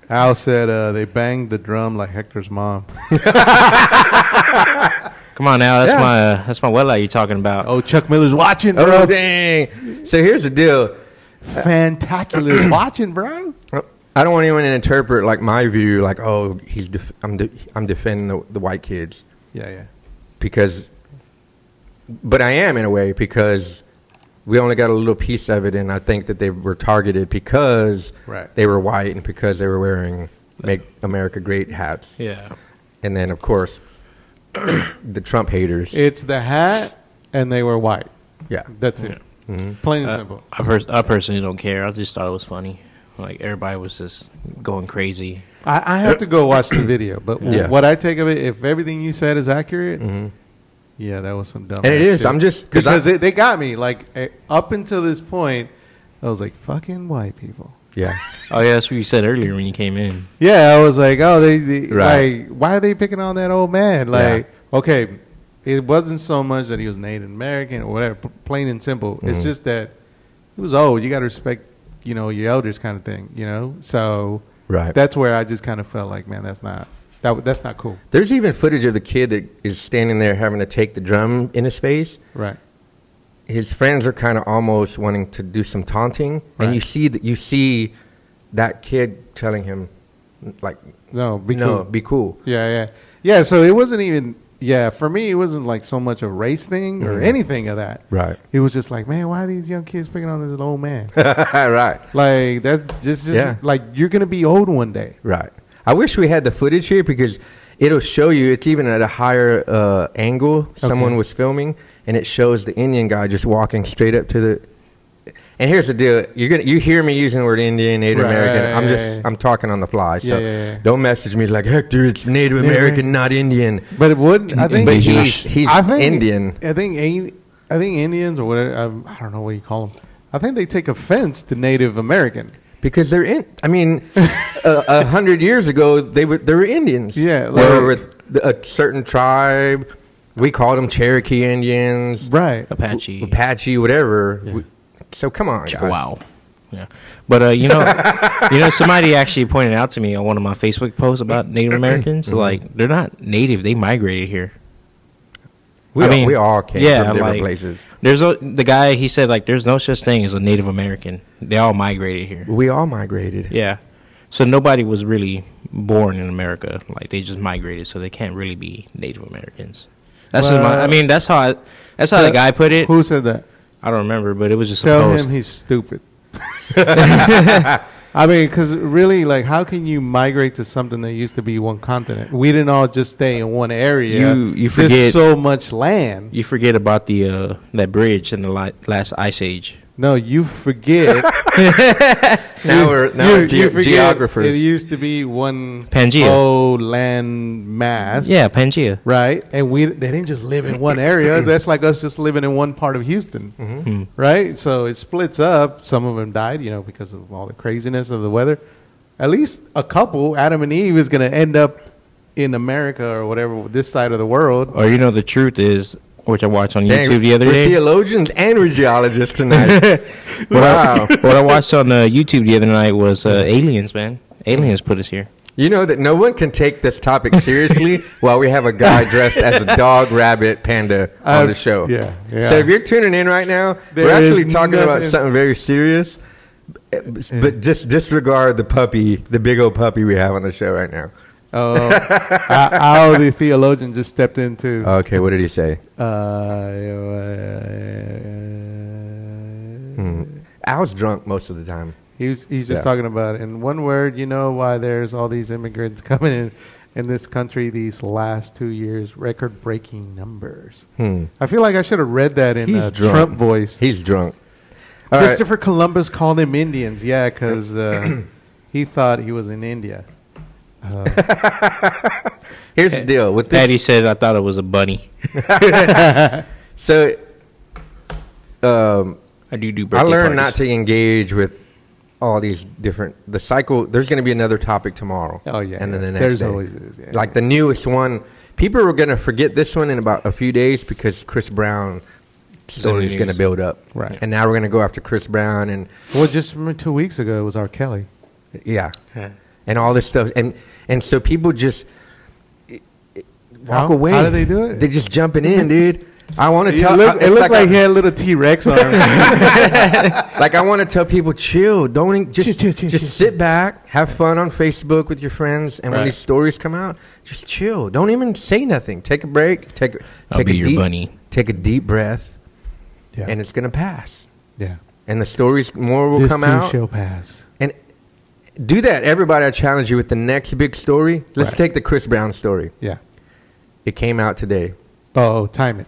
Al said uh, they banged the drum like Hector's mom.
come on now, that's
Yeah.
my uh, that's my wetlight you're talking about.
Oh, Chuck Miller's watching,
Oh
bro.
dang! So here's the deal.
Fantacular's watching, bro.
I don't want anyone to interpret like my view, like oh he's def- I'm de- I'm defending the, the white kids
Yeah, yeah.
because, but I am in a way because we only got a little piece of it, and I think that they were targeted because
Right.
they were white and because they were wearing "Make America Great" hats.
Yeah,
And then, of course, the Trump haters.
It's the hat, and they were white.
yeah. Mm-hmm. Uh,
That's it. Plain and simple.
I pers- I personally don't care. I just thought it was funny. Like everybody was just going crazy.
I, I have to go watch the video, but w-
Yeah. Mm.
what I take of it, if everything you said is accurate,
Mm-hmm.
yeah, that was some dumb.
And it
ass
is.
shit.
I'm just- 'cause
because
I-
it, they got me. Like eh, up until this point, I was like, "Fucking white people."
Yeah.
Oh yeah, that's what you said earlier when you came in.
Yeah, I was like, "Oh, they, they
Right.
like, why are they picking on that old man?" Like, okay, it wasn't so much that he was Native American or whatever. p- Plain and simple.
Mm-hmm.
It's just that he was old. You got to respect, you know, your elders, kind of thing. You know, so
Right.
That's where I just kind of felt like, man, that's not that. w- That's not cool.
There's even footage of the kid that is standing there having to take the drum in his face.
Right.
His friends are kind of almost wanting to do some taunting,
Right.
and you see that you see that kid telling him, like,
No, be
no,
cool.
be cool.
yeah, yeah, yeah. So it wasn't even. Yeah, for me, it wasn't like so much a race thing or
Mhm.
anything of that.
Right.
It was just like, man, why are these young kids picking on this old man?
right.
like that's just, just
Yeah.
like you're gonna be old one day.
Right. I wish we had the footage here because it'll show you. It's even at a higher uh, angle. Someone was filming, and it shows the Indian guy just walking straight up to the. And here's the deal: you're gonna you hear me using the word Indian, Native
Right,
American.
right,
I'm
right,
just
right.
I'm talking on the fly, so
Yeah, yeah, yeah.
don't message me like Hector. It's Native American, not Indian.
But it wouldn't. I think
But he's- he's
I think,
Indian.
I think Ain- I think Indians or whatever. um, I don't know what you call them. I think they take offense to Native American.
Because they're in. I mean, a a hundred years ago they were they were Indians.
Yeah,
they were
like-
with a certain tribe. We called them Cherokee Indians.
Right.
Apache.
Apache, whatever. We- so come on, guys.
Wow. Yeah. But uh, you know, you know, somebody actually pointed out to me on one of my Facebook posts about Native Americans. Like they're not native; they migrated here.
We,
I
all-
mean,
we all came
yeah,
from different
like,
places.
There's a, the guy. He said like, "There's no such thing as a Native American. They all migrated here."
We all migrated.
Yeah. So nobody was really born in America. Like they just migrated, so they can't really be Native Americans. That's just my, I
Well-
mean, that's how I, that's how the guy put it.
Who said that?
I don't remember, but it was just
Tell
a post.
him he's stupid. I mean, because really, like, how can you migrate to something that used to be one continent? We didn't all just stay in one area.
You- you
There's
forget-
so much land.
You forget about the uh, that bridge in the li- last ice age.
No, you forget.
Now we're now we're ge-
forget
geographers.
It used to be one
Pangea.
whole land mass.
Yeah, Pangea.
Right, and we they didn't just live in one area. That's like us just living in one part of Houston,
Mm-hmm.
right? So it splits up. Some of them died, you know, because of all the craziness of the weather. At least a couple, Adam and Eve, is going to end up in America or whatever this side of the world.
Or you know, the truth is, which I watched on
Dang,
YouTube the other
we're
day.
theologians and we're geologists tonight. wow.
what I watched on uh, YouTube the other night was uh, aliens, man. Aliens put us here.
You know that no one can take this topic seriously while we have a guy dressed as a dog, rabbit, panda on
I've-
the show.
yeah, yeah.
So if you're tuning in right now,
There
we're actually
is
talking about
nothing-
something very serious. eh, But just disregard the puppy, the big old puppy we have on the show right now.
Oh, I, I, the theologian just stepped into.
Okay, what did he say?
Uh,
Hmm.
uh,
I was drunk most of the time.
he was he's just
Yeah.
talking about it. in one word. You know why there's all these immigrants coming in in this country these last two years, record breaking numbers.
Hmm.
I feel like I should have read that in
He's
uh,
drunk.
Trump voice.
He's drunk. All right.
Christopher Columbus called them Indians, yeah, because uh, he thought he was in India.
Here's
Eh,
the deal with this.
Daddy said I thought it was a bunny.
So, um,
I do do birthday
I learned not
parties.
to engage with all these different the cycle. There's going to be another topic tomorrow.
Oh, yeah,
and then
yeah.
the next
There's
day.
always is, yeah.
like the newest one. People are going to forget this one in about a few days because Chris Brown story is
news.
going to build up.
Right.
and now we're going to go after Chris Brown and
Well, just from two weeks ago, it was R. Kelly.
yeah, and all this stuff and and so people just i- i- walk
How-
away.
how do they do it?
They're just jumping in, dude. I want to
It,
tell.
looked,
I-
it
it's
looked like
I-
he had a little T Rex on him.
like I want to tell people, chill. Don't en- just
Chill, chill, chill,
just
chill,
sit back, have fun on Facebook with your friends, and when
Right.
these stories come out, just chill. Don't even say nothing. Take a break. Take take
I'll
a
be your
deep
bunny.
take a deep breath,
yeah.
and it's gonna pass.
yeah.
And the stories more will
this
come
too
out.
shall pass.
And do that, everybody. I challenge you with the next big story. Let's
Right.
take the Chris Brown story.
Yeah.
It came out today.
Oh, time it.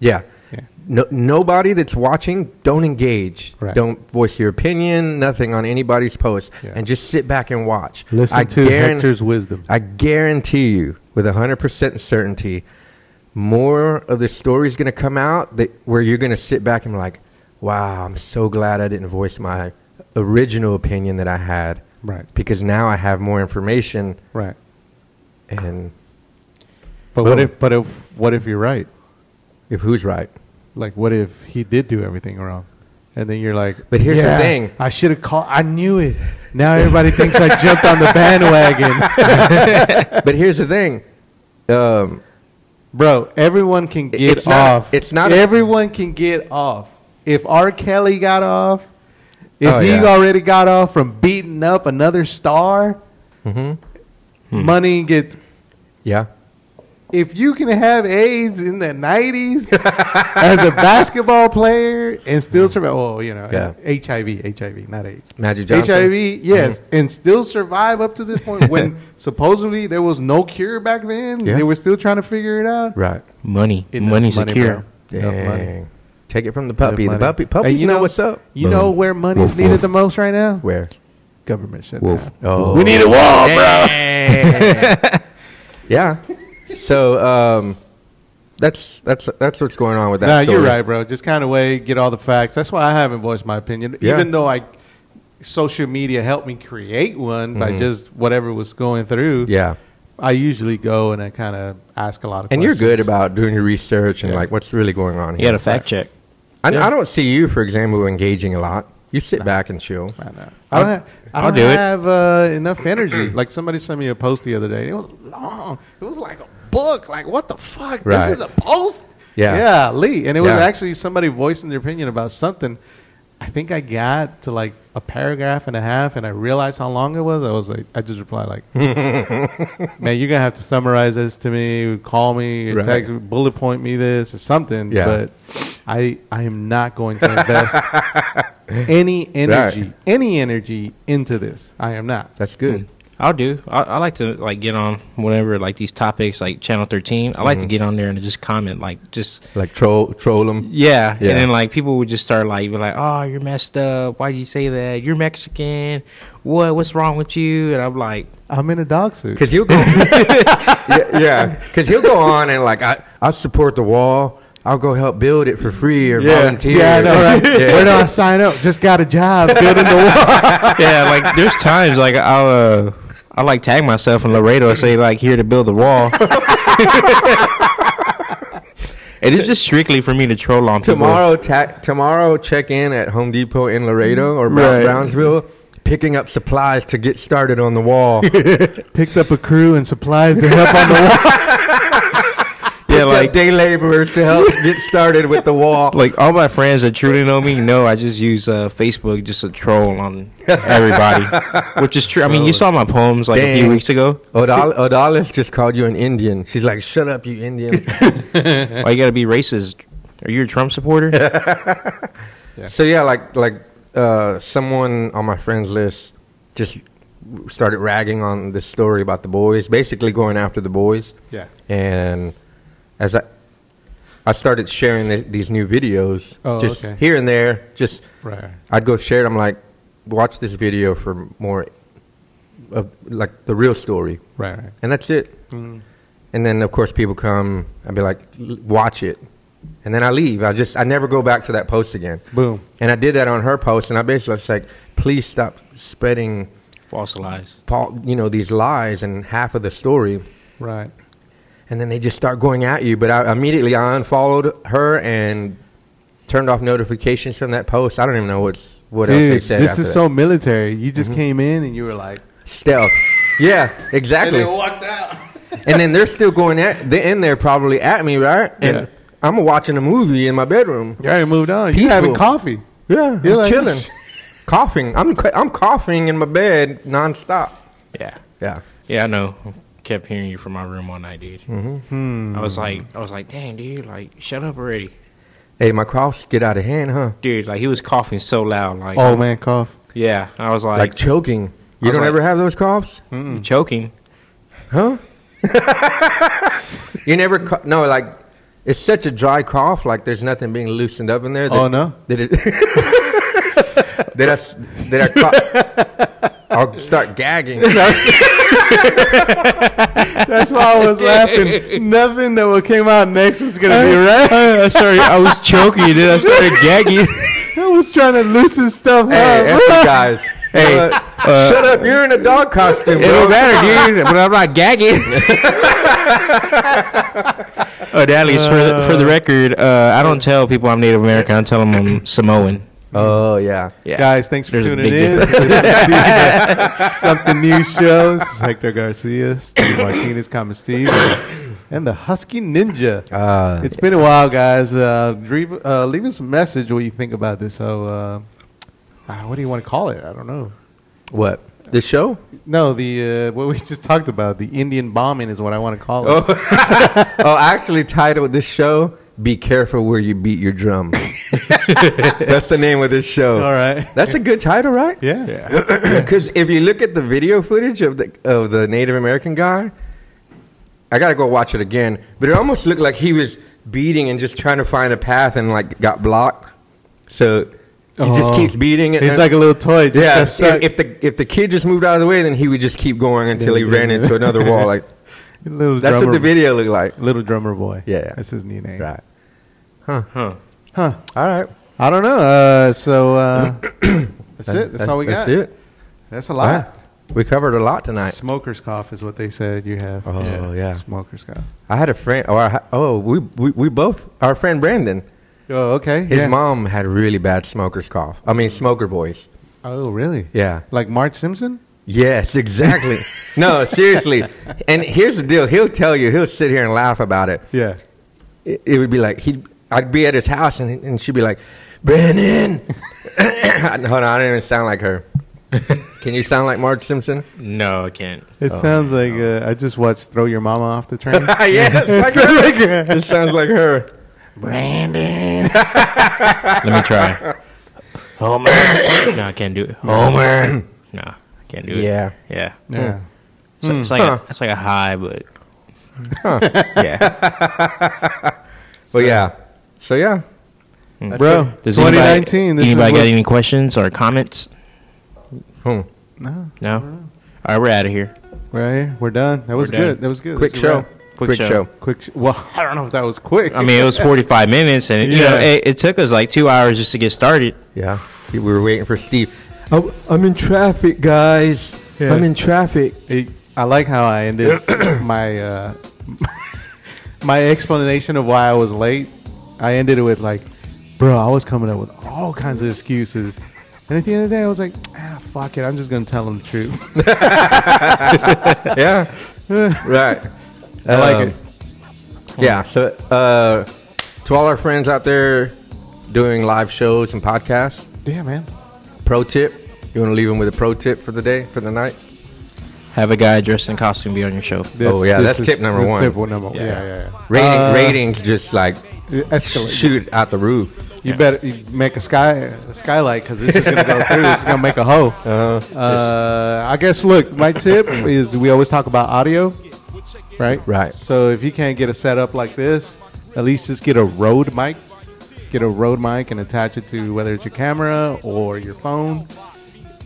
Yeah.
Yeah.
No, nobody that's watching, don't engage.
Right.
Don't voice your opinion, nothing on anybody's post,
Yeah.
and just sit back and watch.
Listen
I
to
guaran-
Hector's wisdom.
I guarantee you, with 100% certainty, more of the story's going to come out that where you're going to sit back and be like, wow, I'm so glad I didn't voice my original opinion that I had.
Right.
Because now I have more information
Right.
and
But what
Boom.
if? But if? What if you're right?
if who's right.
Like, what if he did do everything wrong? And then you're like,
But here's the thing.
I should have called. I knew it. Now everybody thinks I jumped on the bandwagon,
but here's the thing. Um,
bro. Everyone can get
It's not-
off.
it's not-
Everyone can get off. If R. Kelly got off, if
Oh,
he
yeah.
already got off from beating up another star,
Hmm.
money gets
mm-hmm, yeah.
if you can have AIDS in the nineties as a basketball player and still survive, well, you know,
Yeah.
HIV, HIV, not AIDS,
Magic Johnson. Mm-hmm.
HIV, yes, and still survive up to this point when supposedly there was no cure back then.
Yeah.
They were still trying to figure it out.
Right.
money.
Enough
Money's a cure.
bro. Enough
Dang.
money.
Take it from the puppy.
Enough money.
The puppy. Puppies
Hey,
you know, what's up.
You know
Boom.
where money is
Woof,
needed
woof.
the most right now?
Where?
Government shut
Woof.
down.
Oh.
We need a wall,
Dang. yeah. So um, that's that's that's what's going on with that.
Nah, you're
story.
right, bro. Just kind of wait, get all the facts. That's why I haven't voiced my opinion,
Yeah.
even though I social media helped me create one by just whatever was going through.
Mm-hmm. Yeah.
I usually go and I kind of ask a lot of.
And you're
questions.
good about doing your research and
Yeah.
like what's really going on
You
here.
got to fact check.
I, I don't see you, for example, engaging a lot. You sit back and chill.
I know. I don't. Have, I
I'll
don't
do it.
have uh, enough energy. like somebody sent me a post the other day. It was long. It was like a book. Like what the fuck?
Right.
This is a post.
Yeah.
Yeah, Lee. And it was
Yeah.
actually somebody voicing their opinion about something. I think I got to like a paragraph and a half, and I realized how long it was. I was like, I just replied like, "Man, you're gonna have to summarize this to me. Call me, or
Right.
text, me, bullet point me this or something."
Yeah.
But I, I am not going to invest any energy, any energy into this. I am not.
That's good.
I'll do. I, I like to like get on whatever like these topics like Channel 13. I like to get on there and just comment like just
Like troll troll them.
yeah.
Yeah.
and then like people would just start like be like, oh, you're messed up. Why do you say that? You're Mexican. What? What's wrong with you? And I'm like,
I'm in a dog suit.
Because he'll go, yeah, yeah. Because he'll go on and like I, I support the wall. I'll go help build it for free or
Yeah,
volunteer.
yeah, I know, right?
Yeah.
Where do I sign up? Just got a job building the wall.
yeah, like there's times like I'll uh, I like tag myself in Laredo and say like here to build the wall. and it's just strictly for me to troll on people.
Tomorrow, ta- tomorrow, check in at Home Depot in Laredo or Brown-
Right.
Brownsville, picking up supplies to get started on the wall.
Picked up a crew and supplies to help on the wall.
Yeah,
like
like
day laborers to help get started with the wall.
like all my friends that truly know me know I just use uh, Facebook just to troll on everybody, which is true. I mean, you saw my poems like a few
Dang.
weeks ago.
Odal- Odalis just called you an Indian. She's like, "Shut up, you Indian."
Why you gotta be racist? Are you a Trump supporter?
So yeah, like like uh, someone on my friends list just started ragging on this story about the boys, basically going after the boys.
Yeah.
And as I I started sharing the, these new videos,
Oh,
just
okay.
here and there, just
Right.
I'd go share it. I'm like, watch this video for more of like the real story,
Right, right.
and that's it.
Mm.
And then of course people come. I'd be like, "L- watch it, and then I leave. I just I never go back to that post again.
Boom.
And I did that on her post, and I basically was like, please stop spreading,
False lies.
pol- you know, these lies and half of the story.
Right.
And then they just start going at you. But I immediately I unfollowed her and turned off notifications from that post. I don't even know what's what else they
Dude,
said.
this
after
is
that. Mm-hmm.
so military. You just came in and you were like,
stealth. Yeah, exactly. And then walked out. and then they're still going at. They're in there probably at me, right? And
Yeah.
I'm watching a movie in my bedroom.
"You already moved on. You
Peaceful.
having coffee?
Yeah,
You're
I'm
like-
chilling, coughing. I'm cu- I'm coughing in my bed nonstop.
Yeah.
Yeah.
Yeah, I know. Kept hearing you from my room one night, dude. I was like, I was like, dang, dude, like, shut up already,
Hey, my coughs get out of hand, huh?
dude. Like, he was coughing so loud, like,
Oh man, cough.
yeah. I was
Like,
like,
choking. You
was
don't
like-
ever have those coughs,
choking.
huh? you never cou- no like. It's such a dry cough, like there's nothing being loosened up in there. That,
Oh, no?
That it, that I, s- that I cou- I'll start gagging.
That's why I was laughing. Nothing that what came out next was gonna be right.
I started, I was choking, dude. I started gagging.
I was trying to loosen stuff
Hey,
up.
F you guys.
Hey,
Uh, shut up! You're in a dog costume.
It
bro.
don't matter, dude. But I'm not gagging. oh, Dallas, for, for the record, uh, I don't tell people I'm Native American. I tell them I'm Samoan.
Oh yeah.
Yeah.
Guys, thanks for
There's a
tuning
big
in. This is Something new show. This is Hector Garcia, Steve Martinez, Common Steve, and the Husky Ninja.
Uh,
It's been a while, guys. Uh, leave, uh, leave us a message what you think about this. So, uh, uh, what do you want to call it? I don't know.
what? The show?
No, the uh, what we just talked about, the Indian bombing, is what I want to call it.
oh, I actually titled this show "Be Careful Where You Beat Your Drum." That's the name of this show.
All right.
That's a good title, right?
Yeah.
Because if you look at the video footage of the of the Native American guy, I gotta go watch it again. But it almost looked like he was beating and just trying to find a path and like got blocked. So he
Oh.
just keeps beating it.
It's
and-
like a little toy. Just
yeah.
got
If,
stuck.
if the if the kid just moved out of the way, then he would just keep going until he
Yeah.
ran into another wall. Like
little
that's
drummer,
what the video looked like.
Little drummer boy.
Yeah.
That's his new name.
Right.
Huh.
Huh.
All right.
I don't know. Uh, so uh, that's it. That's all we got.
That's it.
That's a lot.
Wow. We covered a lot tonight.
Smoker's cough is what they said you have.
Oh, Yeah. yeah.
Smoker's cough.
I had a friend, or I, ha- oh, we, we we both our friend Brandon.
Oh, okay.
His
yeah.
mom had a really bad smoker's cough. I mean, smoker voice.
Oh, really?
Yeah.
Like Marge Simpson?
Yes, exactly. no, seriously. And here's the deal. He'll tell you. He'll sit here and laugh about it.
Yeah.
It, it would be like he. I'd be at his house, and, and she'd be like, "Brandon." Hold on, I don't even sound like her. Can you sound like Marge Simpson?
No, I can't. Oh.
It
Oh,
sounds like uh, I just watched Throw Your Mama Off the Train.
yeah, it's like her. it sounds like her.
Brandon. Let me try. Homer. no, I can't do it. Homer. No, I can't do it.
Yeah.
yeah.
Yeah.
So
Hmm.
it's like
Huh.
a, it's like a high, but
yeah. well, yeah. So yeah.
Bro,
does
2019.
Anybody,
this
anybody
is
got
what-
any questions or comments?
Hmm.
No,
No. All right, we're out of here.
right? We're done. That was
done.
good. That was good.
Quick
That's a
show.
wrap.
Quick show.
Quick. Sh- well, I don't know if that was quick.
I mean, it was 45 minutes, and it, you know,
Yeah.
it, it took us like two hours just to get started.
Yeah. We were waiting for Steve. Oh, I'm in traffic, guys.
Yeah.
I'm in traffic.
It- I like how I ended my uh, my explanation of why I was late. I ended it with like, "Bro, I was coming up with all kinds of excuses," and at the end of the day, I was like, "Ah, fuck it, I'm just gonna tell them the truth."
yeah. right.
I like it.
Um, Yeah. So, uh, to all our friends out there doing live shows and podcasts,
Yeah, man.
Oh, pro tip. You want to leave them with a pro tip for the day, for the night?
Have a guy dressed in costume be on your show.
This-
Oh, yeah, that's tip number
this
one.
Tip number one. Yeah, yeah, yeah.
Rating,
Uh,
ratings just like
it escalate.
shoot out the roof.
You better you make a sky a skylight because it's just gonna go through. It's gonna make a hole.
Uh-huh.
Uh, I guess. Look, my tip is we always talk about audio, right?
Right.
So if you can't get a setup like this, at least just get a road mic. Get a road mic and attach it to whether it's your camera or your phone.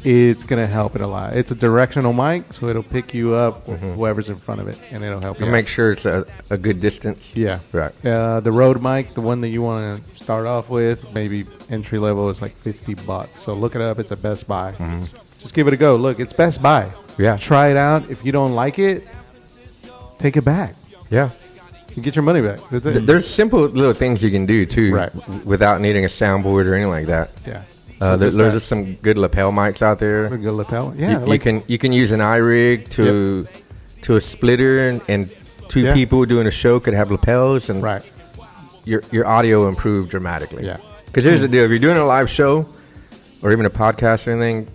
It's gonna help it a lot. It's a directional mic, so it'll pick you up whoever's in front of it, and it'll help you.
And
out.
Mm-hmm. Make sure it's a, a good distance.
Yeah.
Right.
Uh, the road mic, the one that you want to start off with, maybe entry level is like 50 bucks. So look it up. It's a Best Buy. Just give it a go. Look, it's Best Buy.
Mm-hmm. Yeah.
Try it out. If you don't like it, take it back.
Yeah.
You get your money back. That's it.
Th- There's simple little things you can do too,
Right.
w- without needing a soundboard or anything like that.
yeah.
Uh, there,
just
there's
that.
just some good lapel mics out
A
there.
good lapel.
You-
Yeah.
you,
like,
can you can use an eye rig to to a splitter, and, and two
Yeah.
people doing a show could have lapels, and
right.
your your audio improved dramatically.
Yeah. Hmm.
Because here's the deal: if you're doing a live show or even a podcast or anything,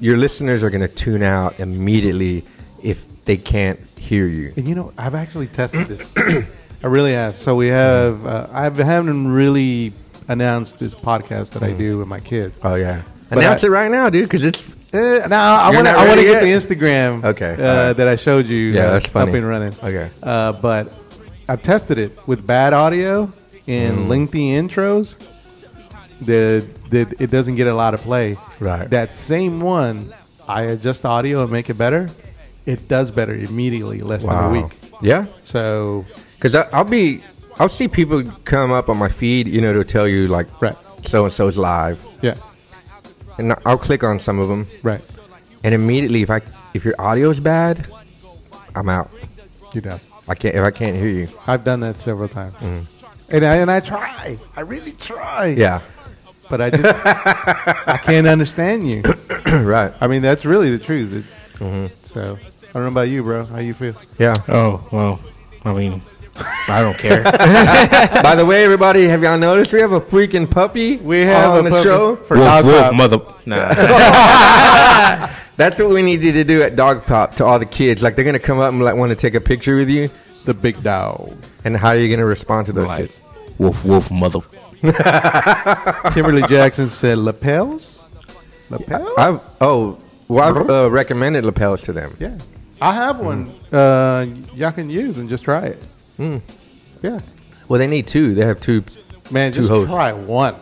your listeners are going to tune out immediately if they can't hear you.
And you know, I've actually tested this. I really have. So we have, uh, I haven't really announced this podcast that I
Mm-hmm.
do with my kids.
Oh yeah,
But
announce
I-
it right now, dude, because it's
Uh, no, I want
You're
to. I want
not
to
ready
get the
yet?
Instagram.
Okay,
Uh,
alright.
That I showed you.
Yeah,
uh,
that's funny.
Up and running.
Okay.
Uh, but I've tested it with bad audio and
Mm.
lengthy intros. The, the it doesn't get a lot of play.
Right.
That same one, I adjust the audio and make it better. It does better immediately, less than a week.
Yeah,
So
because I'll be, I'll see people come up on my feed, you know, to tell you like,
Right.
so and so's live,
yeah,
and I'll click on some of them,
right.
and immediately if I if your audio's bad, I'm out.
You know,
I can't if I can't hear you.
I've done that several times, and I and I try. I really try.
Mm. Yeah,
But I just I can't understand you.
right.
I mean, that's really the truth. It-
Mm-hmm.
So, I don't know about you, bro. How you feel?
Yeah.
Oh well, I mean, I don't care.
By the way, everybody, have y'all noticed we have a freaking puppy?
We have
on
a
the
puppy.
show.
For Dog Pop.
mother. Nah.
That's what we need you to do at Dog Pop to all the kids. Like they're gonna come up and like want to take a picture with you,
The big dog.
and how are you gonna respond to those
Like,
kids?
Wolf, wolf, mother.
Kimberly Jackson said lapels. Lapels.
I've oh, well, I've uh, recommended lapels to them.
yeah, I have
Mm.
one. Uh, y'all can use and just try it.
Mm.
Yeah,
Well, they need two. They have two.
man,
Two
just
hoes.
try one.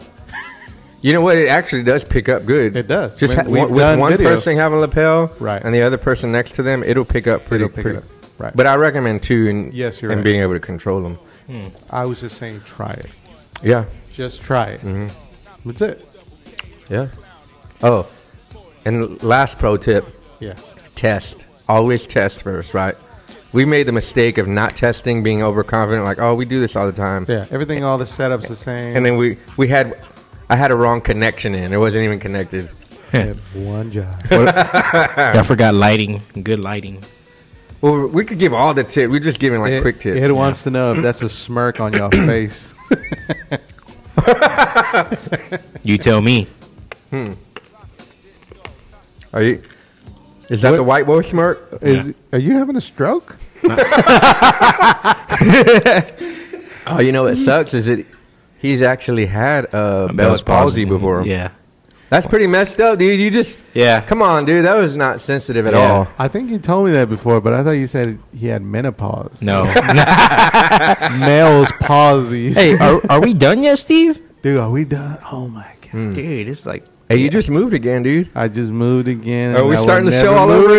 You know what? It actually does pick up good.
It does.
Just
When
ha-
we've
one, with
done
one
video.
person having lapel,
Right.
and the other person next to them, it'll pick up pretty.
It'll pick it
pretty.
up. Right.
But I recommend two, and
Yes, you're
and
right.
being able to control them.
I was just saying, try it.
Yeah.
Just try it.
Mm-hmm.
That's it.
Yeah. Oh, and last pro tip:
Yes.
test. Always test first, right? We made the mistake of not testing, being overconfident, like, oh, we do this all the time.
Yeah. Everything, all the setups the same.
And then we we had, I had a wrong connection in. It wasn't even connected.
And one job.
I forgot lighting. Good lighting.
Well, we could give all the tip. We're just giving like
it,
quick tips.
It wants to know if that's a smirk on your face.
You tell me.
Are you? Is that
What-
the white boy smirk?
Is are you having a stroke?
Oh, you know what sucks is it. He's actually had uh, Bell's palsy before.
Yeah.
That's pretty messed up, dude. You just
Yeah.
Come on, dude. That was not sensitive at
Yeah.
all.
I think you told me that before, but I thought you said he had menopause.
No.
Males pauses.
hey, are, are we done yet, Steve?
Dude, are we done? Oh my god.
Hmm.
Dude, it's like
Hey, you just moved again, dude.
I just moved again.
Are
and
we
I will
starting the
never
show all
move
over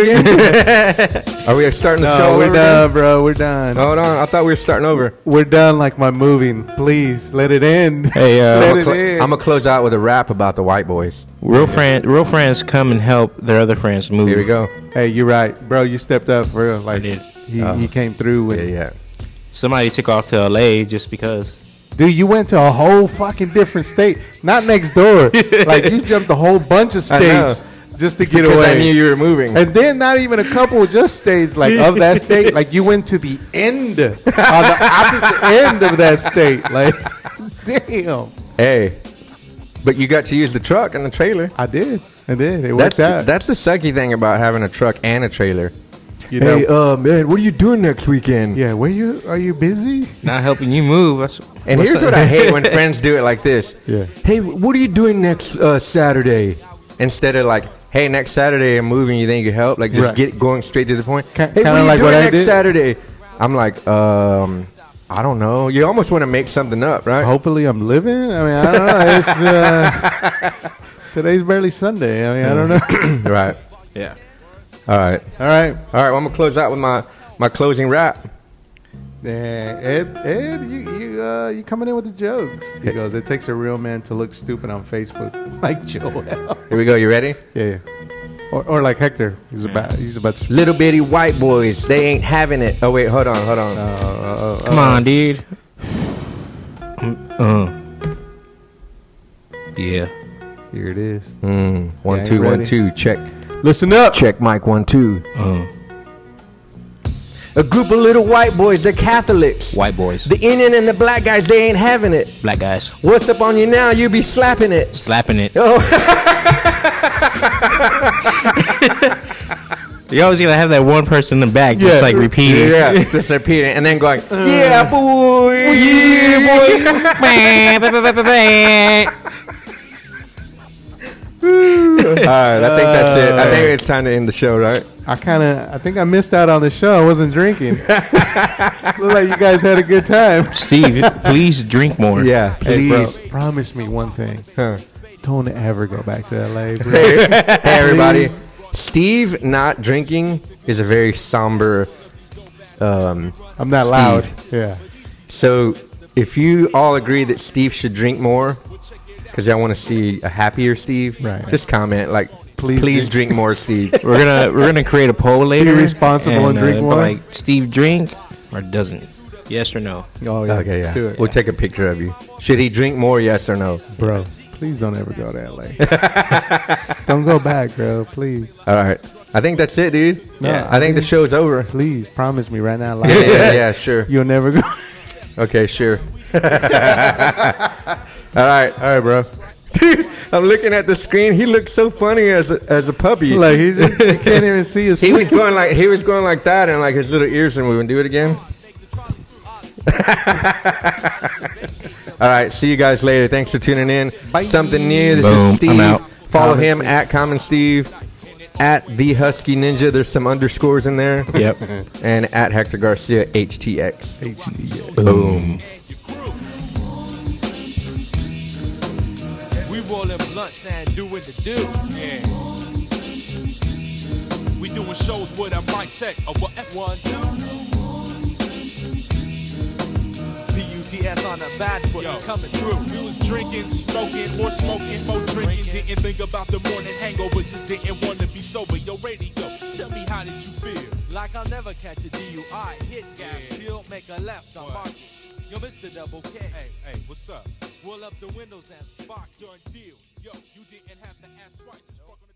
again? Are we starting the show
No,
all
we're
over
done, bro. We're done.
again? Hold on. I thought we were starting over.
We're done like my moving. Please let it end.
Hey, uh,
let
I'm
it
gonna cl-
end.
I'm gonna close out with a rap about the white boys.
real friends, real friends come and help their other friends move.
Here we go.
hey, you're right, bro. You stepped up for real. Like
did.
He, he came through with.
Uh-huh. Yeah,
it.
yeah.
Somebody took off to LA just because.
Dude, you went to a whole fucking different state, not next door. like you jumped a whole bunch of
I know.
states just to get
Because
away.
I knew you were moving.
and then not even a couple, just states like of that state. Like you went to the end, on the opposite end of that state. Like, damn,
Hey, but you got to use the truck and the trailer.
I did, I did. It
That's
worked
the,
out.
that's the sucky thing about having a truck and a trailer.
you know?
uh, man, what are you doing next weekend?
yeah. Where you are you busy?
Not helping you move. That's,
And
what's
here's
up?
what I hate when friends do it like this.
Yeah.
Hey, what are you doing next uh, Saturday? Instead of like, hey, next Saturday I'm moving. You think you help? Like, just
Right.
get going straight to the point.
Ki-
hey,
kinda
what are you
like
doing
what I
next
did.
Saturday? I'm like, um, I don't know. You almost want to make something up, right?
Hopefully, I'm living. I mean, I don't know. It's uh, today's barely Sunday. I mean, I don't know.
right.
Yeah.
All right.
All right.
All right. Well, I'm gonna close out with my my closing rap.
Yeah, Ed, Ed, you you uh, you coming in with the jokes? He goes, "It takes a real man to look stupid on Facebook, like Joel."
Here we go. You ready?
yeah, yeah. Or, or like Hector. He's about he's about to.
Little bitty white boys, they ain't having it. Oh wait, hold on, hold on.
Come on, dude. Uh, Mm, uh. Yeah.
Here it is.
Mm, one
Yeah,
two
you
one
ready?
two check
Listen up.
check mic one two.
Uh.
A group of little white boys, they're Catholics.
White boys.
The Indian and the black guys, they ain't having it.
Black guys.
What's up on you now? You be slapping it.
Slapping it.
Oh,
You always gotta have that one person in the back
Yeah.
just like repeating.
yeah, just repeating and then going, yeah, boy, yeah, boy. All right, I think that's it. I think it's time to end the show, right?
I kind of I think I missed out on the show. I wasn't drinking. Look like you guys had a good time.
Steve, please drink more.
Yeah,
Hey, bro,
please.
promise me one thing.
Huh.
Don't ever go back to LA, bro.
hey, hey, everybody. Steve not drinking is a very somber. Um,
I'm not loud. Yeah.
so, if you all agree that Steve should drink more, because y'all want to see a happier Steve,
Right.
just comment like,
Please
please, drink. more, Steve.
We're gonna we're gonna create a poll later.
responsible and drink
but,
more?
Like Steve drink or doesn't? Yes or no?
Oh yeah.
Okay, yeah.
Do it,
We'll take a picture of you. Should he drink more? Yes or no?
bro. Please don't ever go to LA. don't go back, bro. Please.
All right. I think that's it, dude.
No,
yeah.
I
I think the show's over.
Please promise me right now,
Yeah,
like
yeah, yeah, sure.
you'll never go.
Okay, sure. all right, all right, bro. Dude, I'm looking at the screen. He looked so funny as a, as a puppy.
like he, just, he can't even see his.
he was going like he was going like that, and like his little ears and we would do it again. all right, see you guys later. Thanks for tuning in.
Bye.
Something new. This
Boom,
is
I'm
Steve.
out.
Follow
Common
him
Steve.
at Common Steve, at the Husky Ninja. There's some underscores in there,
Yep.
and at Hector Garcia HTX.
Boom.
We rolling blunts and doing the do. Yeah. We doing shows with a mic check of what F1 do.
PUTS on the bad foot
Yo.
coming through.
We was drinking, smoking, more smoking, more drinking. Didn't think about the morning hangover, just didn't want to be sober. Yo, radio, tell me how did you feel?
Like I'll never catch a DUI. Hit gas,
Yeah.
kill, make a left on
What?
market. Yo, Mr. Double K.
Hey, hey, what's up?
Roll up the windows and spark.
Done deal. Yo, you didn't have to ask twice. Just fuck on the-